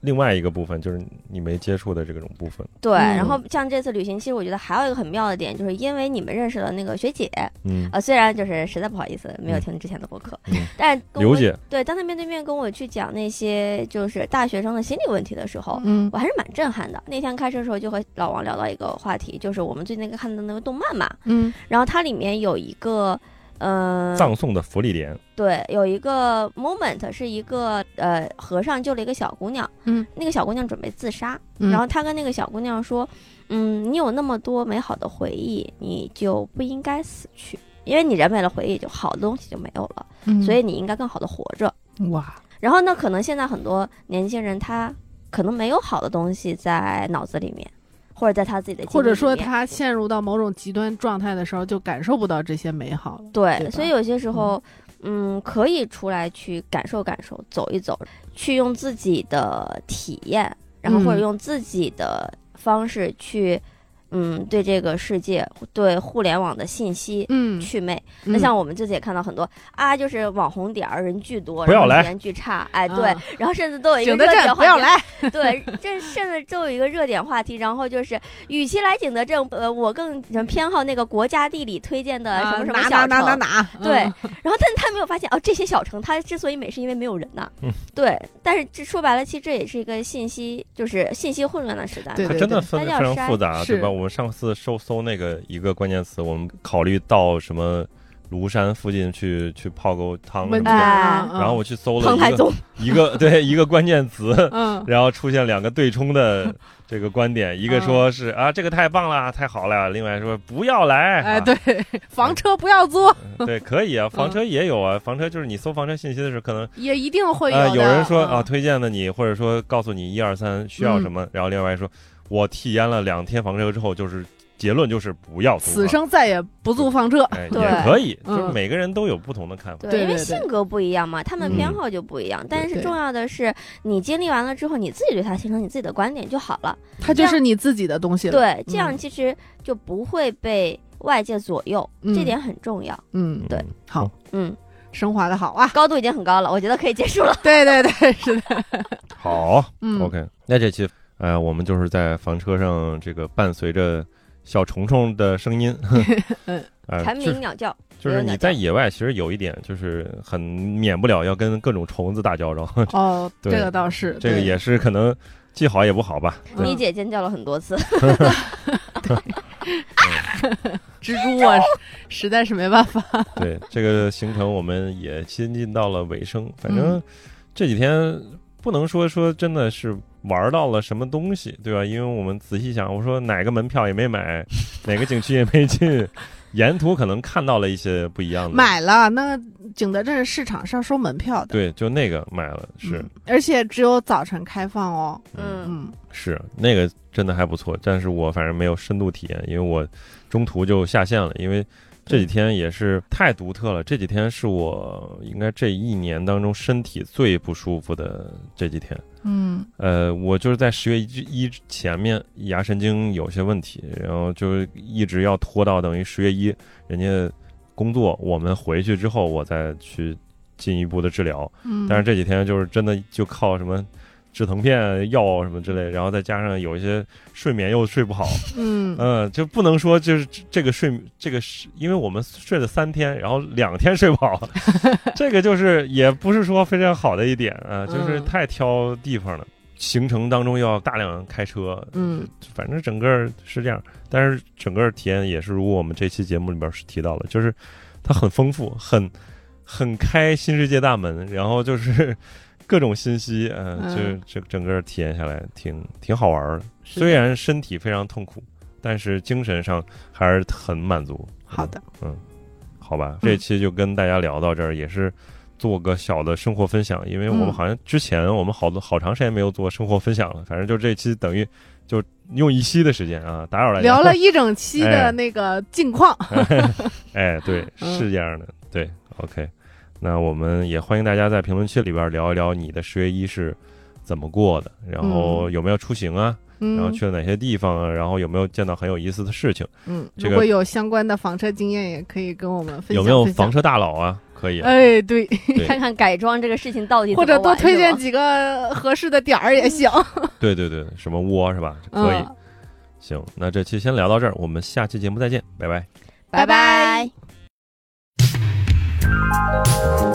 另外一个部分，就是你没接触的这种部分。
对，
嗯
然后像这次旅行，其实我觉得还有一个很妙的点，就是因为你们认识了那个学姐，
嗯，
呃，虽然就是实在不好意思没有
嗯
听之前的播客，
嗯
但跟
刘
我
姐，
对，当他面对面跟我去讲那些就是大学生的心理问题的时候，
嗯
我还是蛮震撼的。那天开车的时候就和老王聊到一个话题，就是我们最近看的那个动漫嘛，
嗯
然后它里面有一个，嗯、
葬送的福利莲，
对，有一个 moment 是一个呃和尚救了一个小姑娘，
嗯，
那个小姑娘准备自杀，
嗯
然后他跟那个小姑娘说，嗯，你有那么多美好的回忆，你就不应该死去，因为你燃没了回忆，就好的东西就没有了，
嗯
所以你应该更好的活着。
哇，
然后呢，可能现在很多年轻人他可能没有好的东西在脑子里面，或者在他自己的
或
记忆
者
里
说
面
他陷入到某种极端状态的时候，就感受不到这些美好了。
对，
对吧
所以有些时候，嗯，可以出来去感受感受，走一走，去用自己的体验，然后
嗯
或者用自己的方式去，嗯，对这个世界、对互联网的信息。
嗯，
祛魅，
嗯
那像我们这次也看到很多、啊，就是网红点儿人巨多，
不要
然后
来
体验巨差，哎，
啊
对，然后甚至都有一个
景
热
德
点
镇
话题，
不要来，
对，这甚至都有一个热点话题，然后就是，与其来景德镇，呃，我更偏好那个国家地理推荐的什么什么
啊
小城，
哪哪哪哪哪，
对，
嗯
然后但是他没有发现哦，这些小城它之所以美，是因为没有人呐、
嗯
对，但是这说白了，其实这也是一个信息，就是信息混乱的时代嘛。
对
它真的分
它
的
要
非常
筛
复杂，
是
对吧？我们上次搜搜那个一个关键词，我们考虑到什么庐山附近去去泡个汤什
温
么
泉
的，
哎
啊，嗯
然后我去搜了
彭
一
太
个
宗，
[LAUGHS] 一个对一个关键词， [LAUGHS]
嗯
然后出现两个对冲的这个观点，一个说是啊这个太棒了，太好了，另外说不要来，
哎
啊
对，房车不要租， [LAUGHS]
对可以啊，房车也有啊，房车就是你搜房车信息的时候，可能
也一定会
呃
的。
有人说
嗯
啊推荐的你，或者说告诉你一二三需要什么，然后另外说我体验了两天房车之后，就是结论就是不啊要租
此
房。
生再也不租房车。
哎，
对
也可以，就
嗯
是每个人都有不同的看法。
对
因为
对对
性格不一样嘛，他们偏
嗯
好就不一样。但是
对
重要的是，你经历完了之后，你自己对它形成你自己的观点就好了。
它就是你自己的东西了。，
对，这样其实就不会被外界左右，
嗯
这点很重要。
嗯，
对
好，
嗯，
升华的好啊！ [LAUGHS]
高度已经很高了，我觉得可以结束了。
对对对，是的，
好
嗯
，OK，那这期呃，我们就是在房车上这个伴随着小虫虫的声
[LAUGHS]
音，
嗯
[LAUGHS]
呃，
蝉
就
鸣
是
鸟叫，
就是你在野外，其实有一点就是很免不了要跟各种虫子打交道，
哦，这
对
个倒是，
这个
对
也是可能既好也不好吧。
嗯
你姐尖叫了很多次。
蜘蛛啊，实在是没办法。
对，这个行程我们也接近到了尾声，反
嗯
正这几天不能说说真的是玩到了什么东西，对吧？因为我们仔细想，我说哪个门票也没买，哪个景区也没进，沿途可能看到了一些不一样的。
买了那景德镇市场是要收门票的，
对，就那个买了，是，
嗯，而且只有早晨开放哦。
嗯，
嗯
嗯，
是那个真的还不错，但是我反正没有深度体验，因为我中途就下线了，因为这几天也是太独特了，这几天是我应该这一年当中身体最不舒服的这几天。
嗯
呃，我就是在十月一之一之前面牙神经有些问题，然后就一直要拖到等于十月一，人家工作我们回去之后，我再去进一步的治疗。
嗯，
但是这几天就是真的就靠什么止疼片、药什么之类，然后再加上有一些睡眠又睡不
[LAUGHS]
好，
嗯
嗯，就不能说就是这这个睡这个是因为我们睡了三天，然后两天睡不
[LAUGHS]
好，这个就是也不是说非常好的一点啊，就是
嗯
太挑地方了。行程当中要大量开车，
嗯
反正整个是这样，但是整个体验也是如我们这期节目里边是提到的，就是它很丰富，很很开新世界大门，然后就是 [LAUGHS] 各种信息，嗯、
嗯
就是这整个体验下来挺挺好玩儿的。
是的
虽然身体非常痛苦，但是精神上还是很满足。
好的，
嗯，好吧，这期就跟大家聊到这儿，也是。做个小的生活分享，因为我们
嗯
好像之前我们好多好长时间没有做生活分享了，反正就这期等于就用一期的时间啊，打扰了
聊了一整期的
哎
那个近况，
[LAUGHS] 哎，对，
嗯
是这样的，对，OK。那我们也欢迎大家在评论区里边聊一聊你的十月一是怎么过的，然后有没有出行啊，
嗯，
然后去了哪些地方啊，然后有没有见到很有意思的事情，
嗯，
这
如
个
果有相关的房车经验，也可以跟我们分享
有没有
分享
房车大佬啊，可以。
哎，对，
对
[LAUGHS] 看看改装这个事情到底
或者
怎么
多
玩
推
是
荐
吧
几个合适的点儿也行。
对对对，什么窝是吧？可以。
嗯，
行，那这期先聊到这儿，我们下期节目再见，拜拜。
拜
拜拜
拜。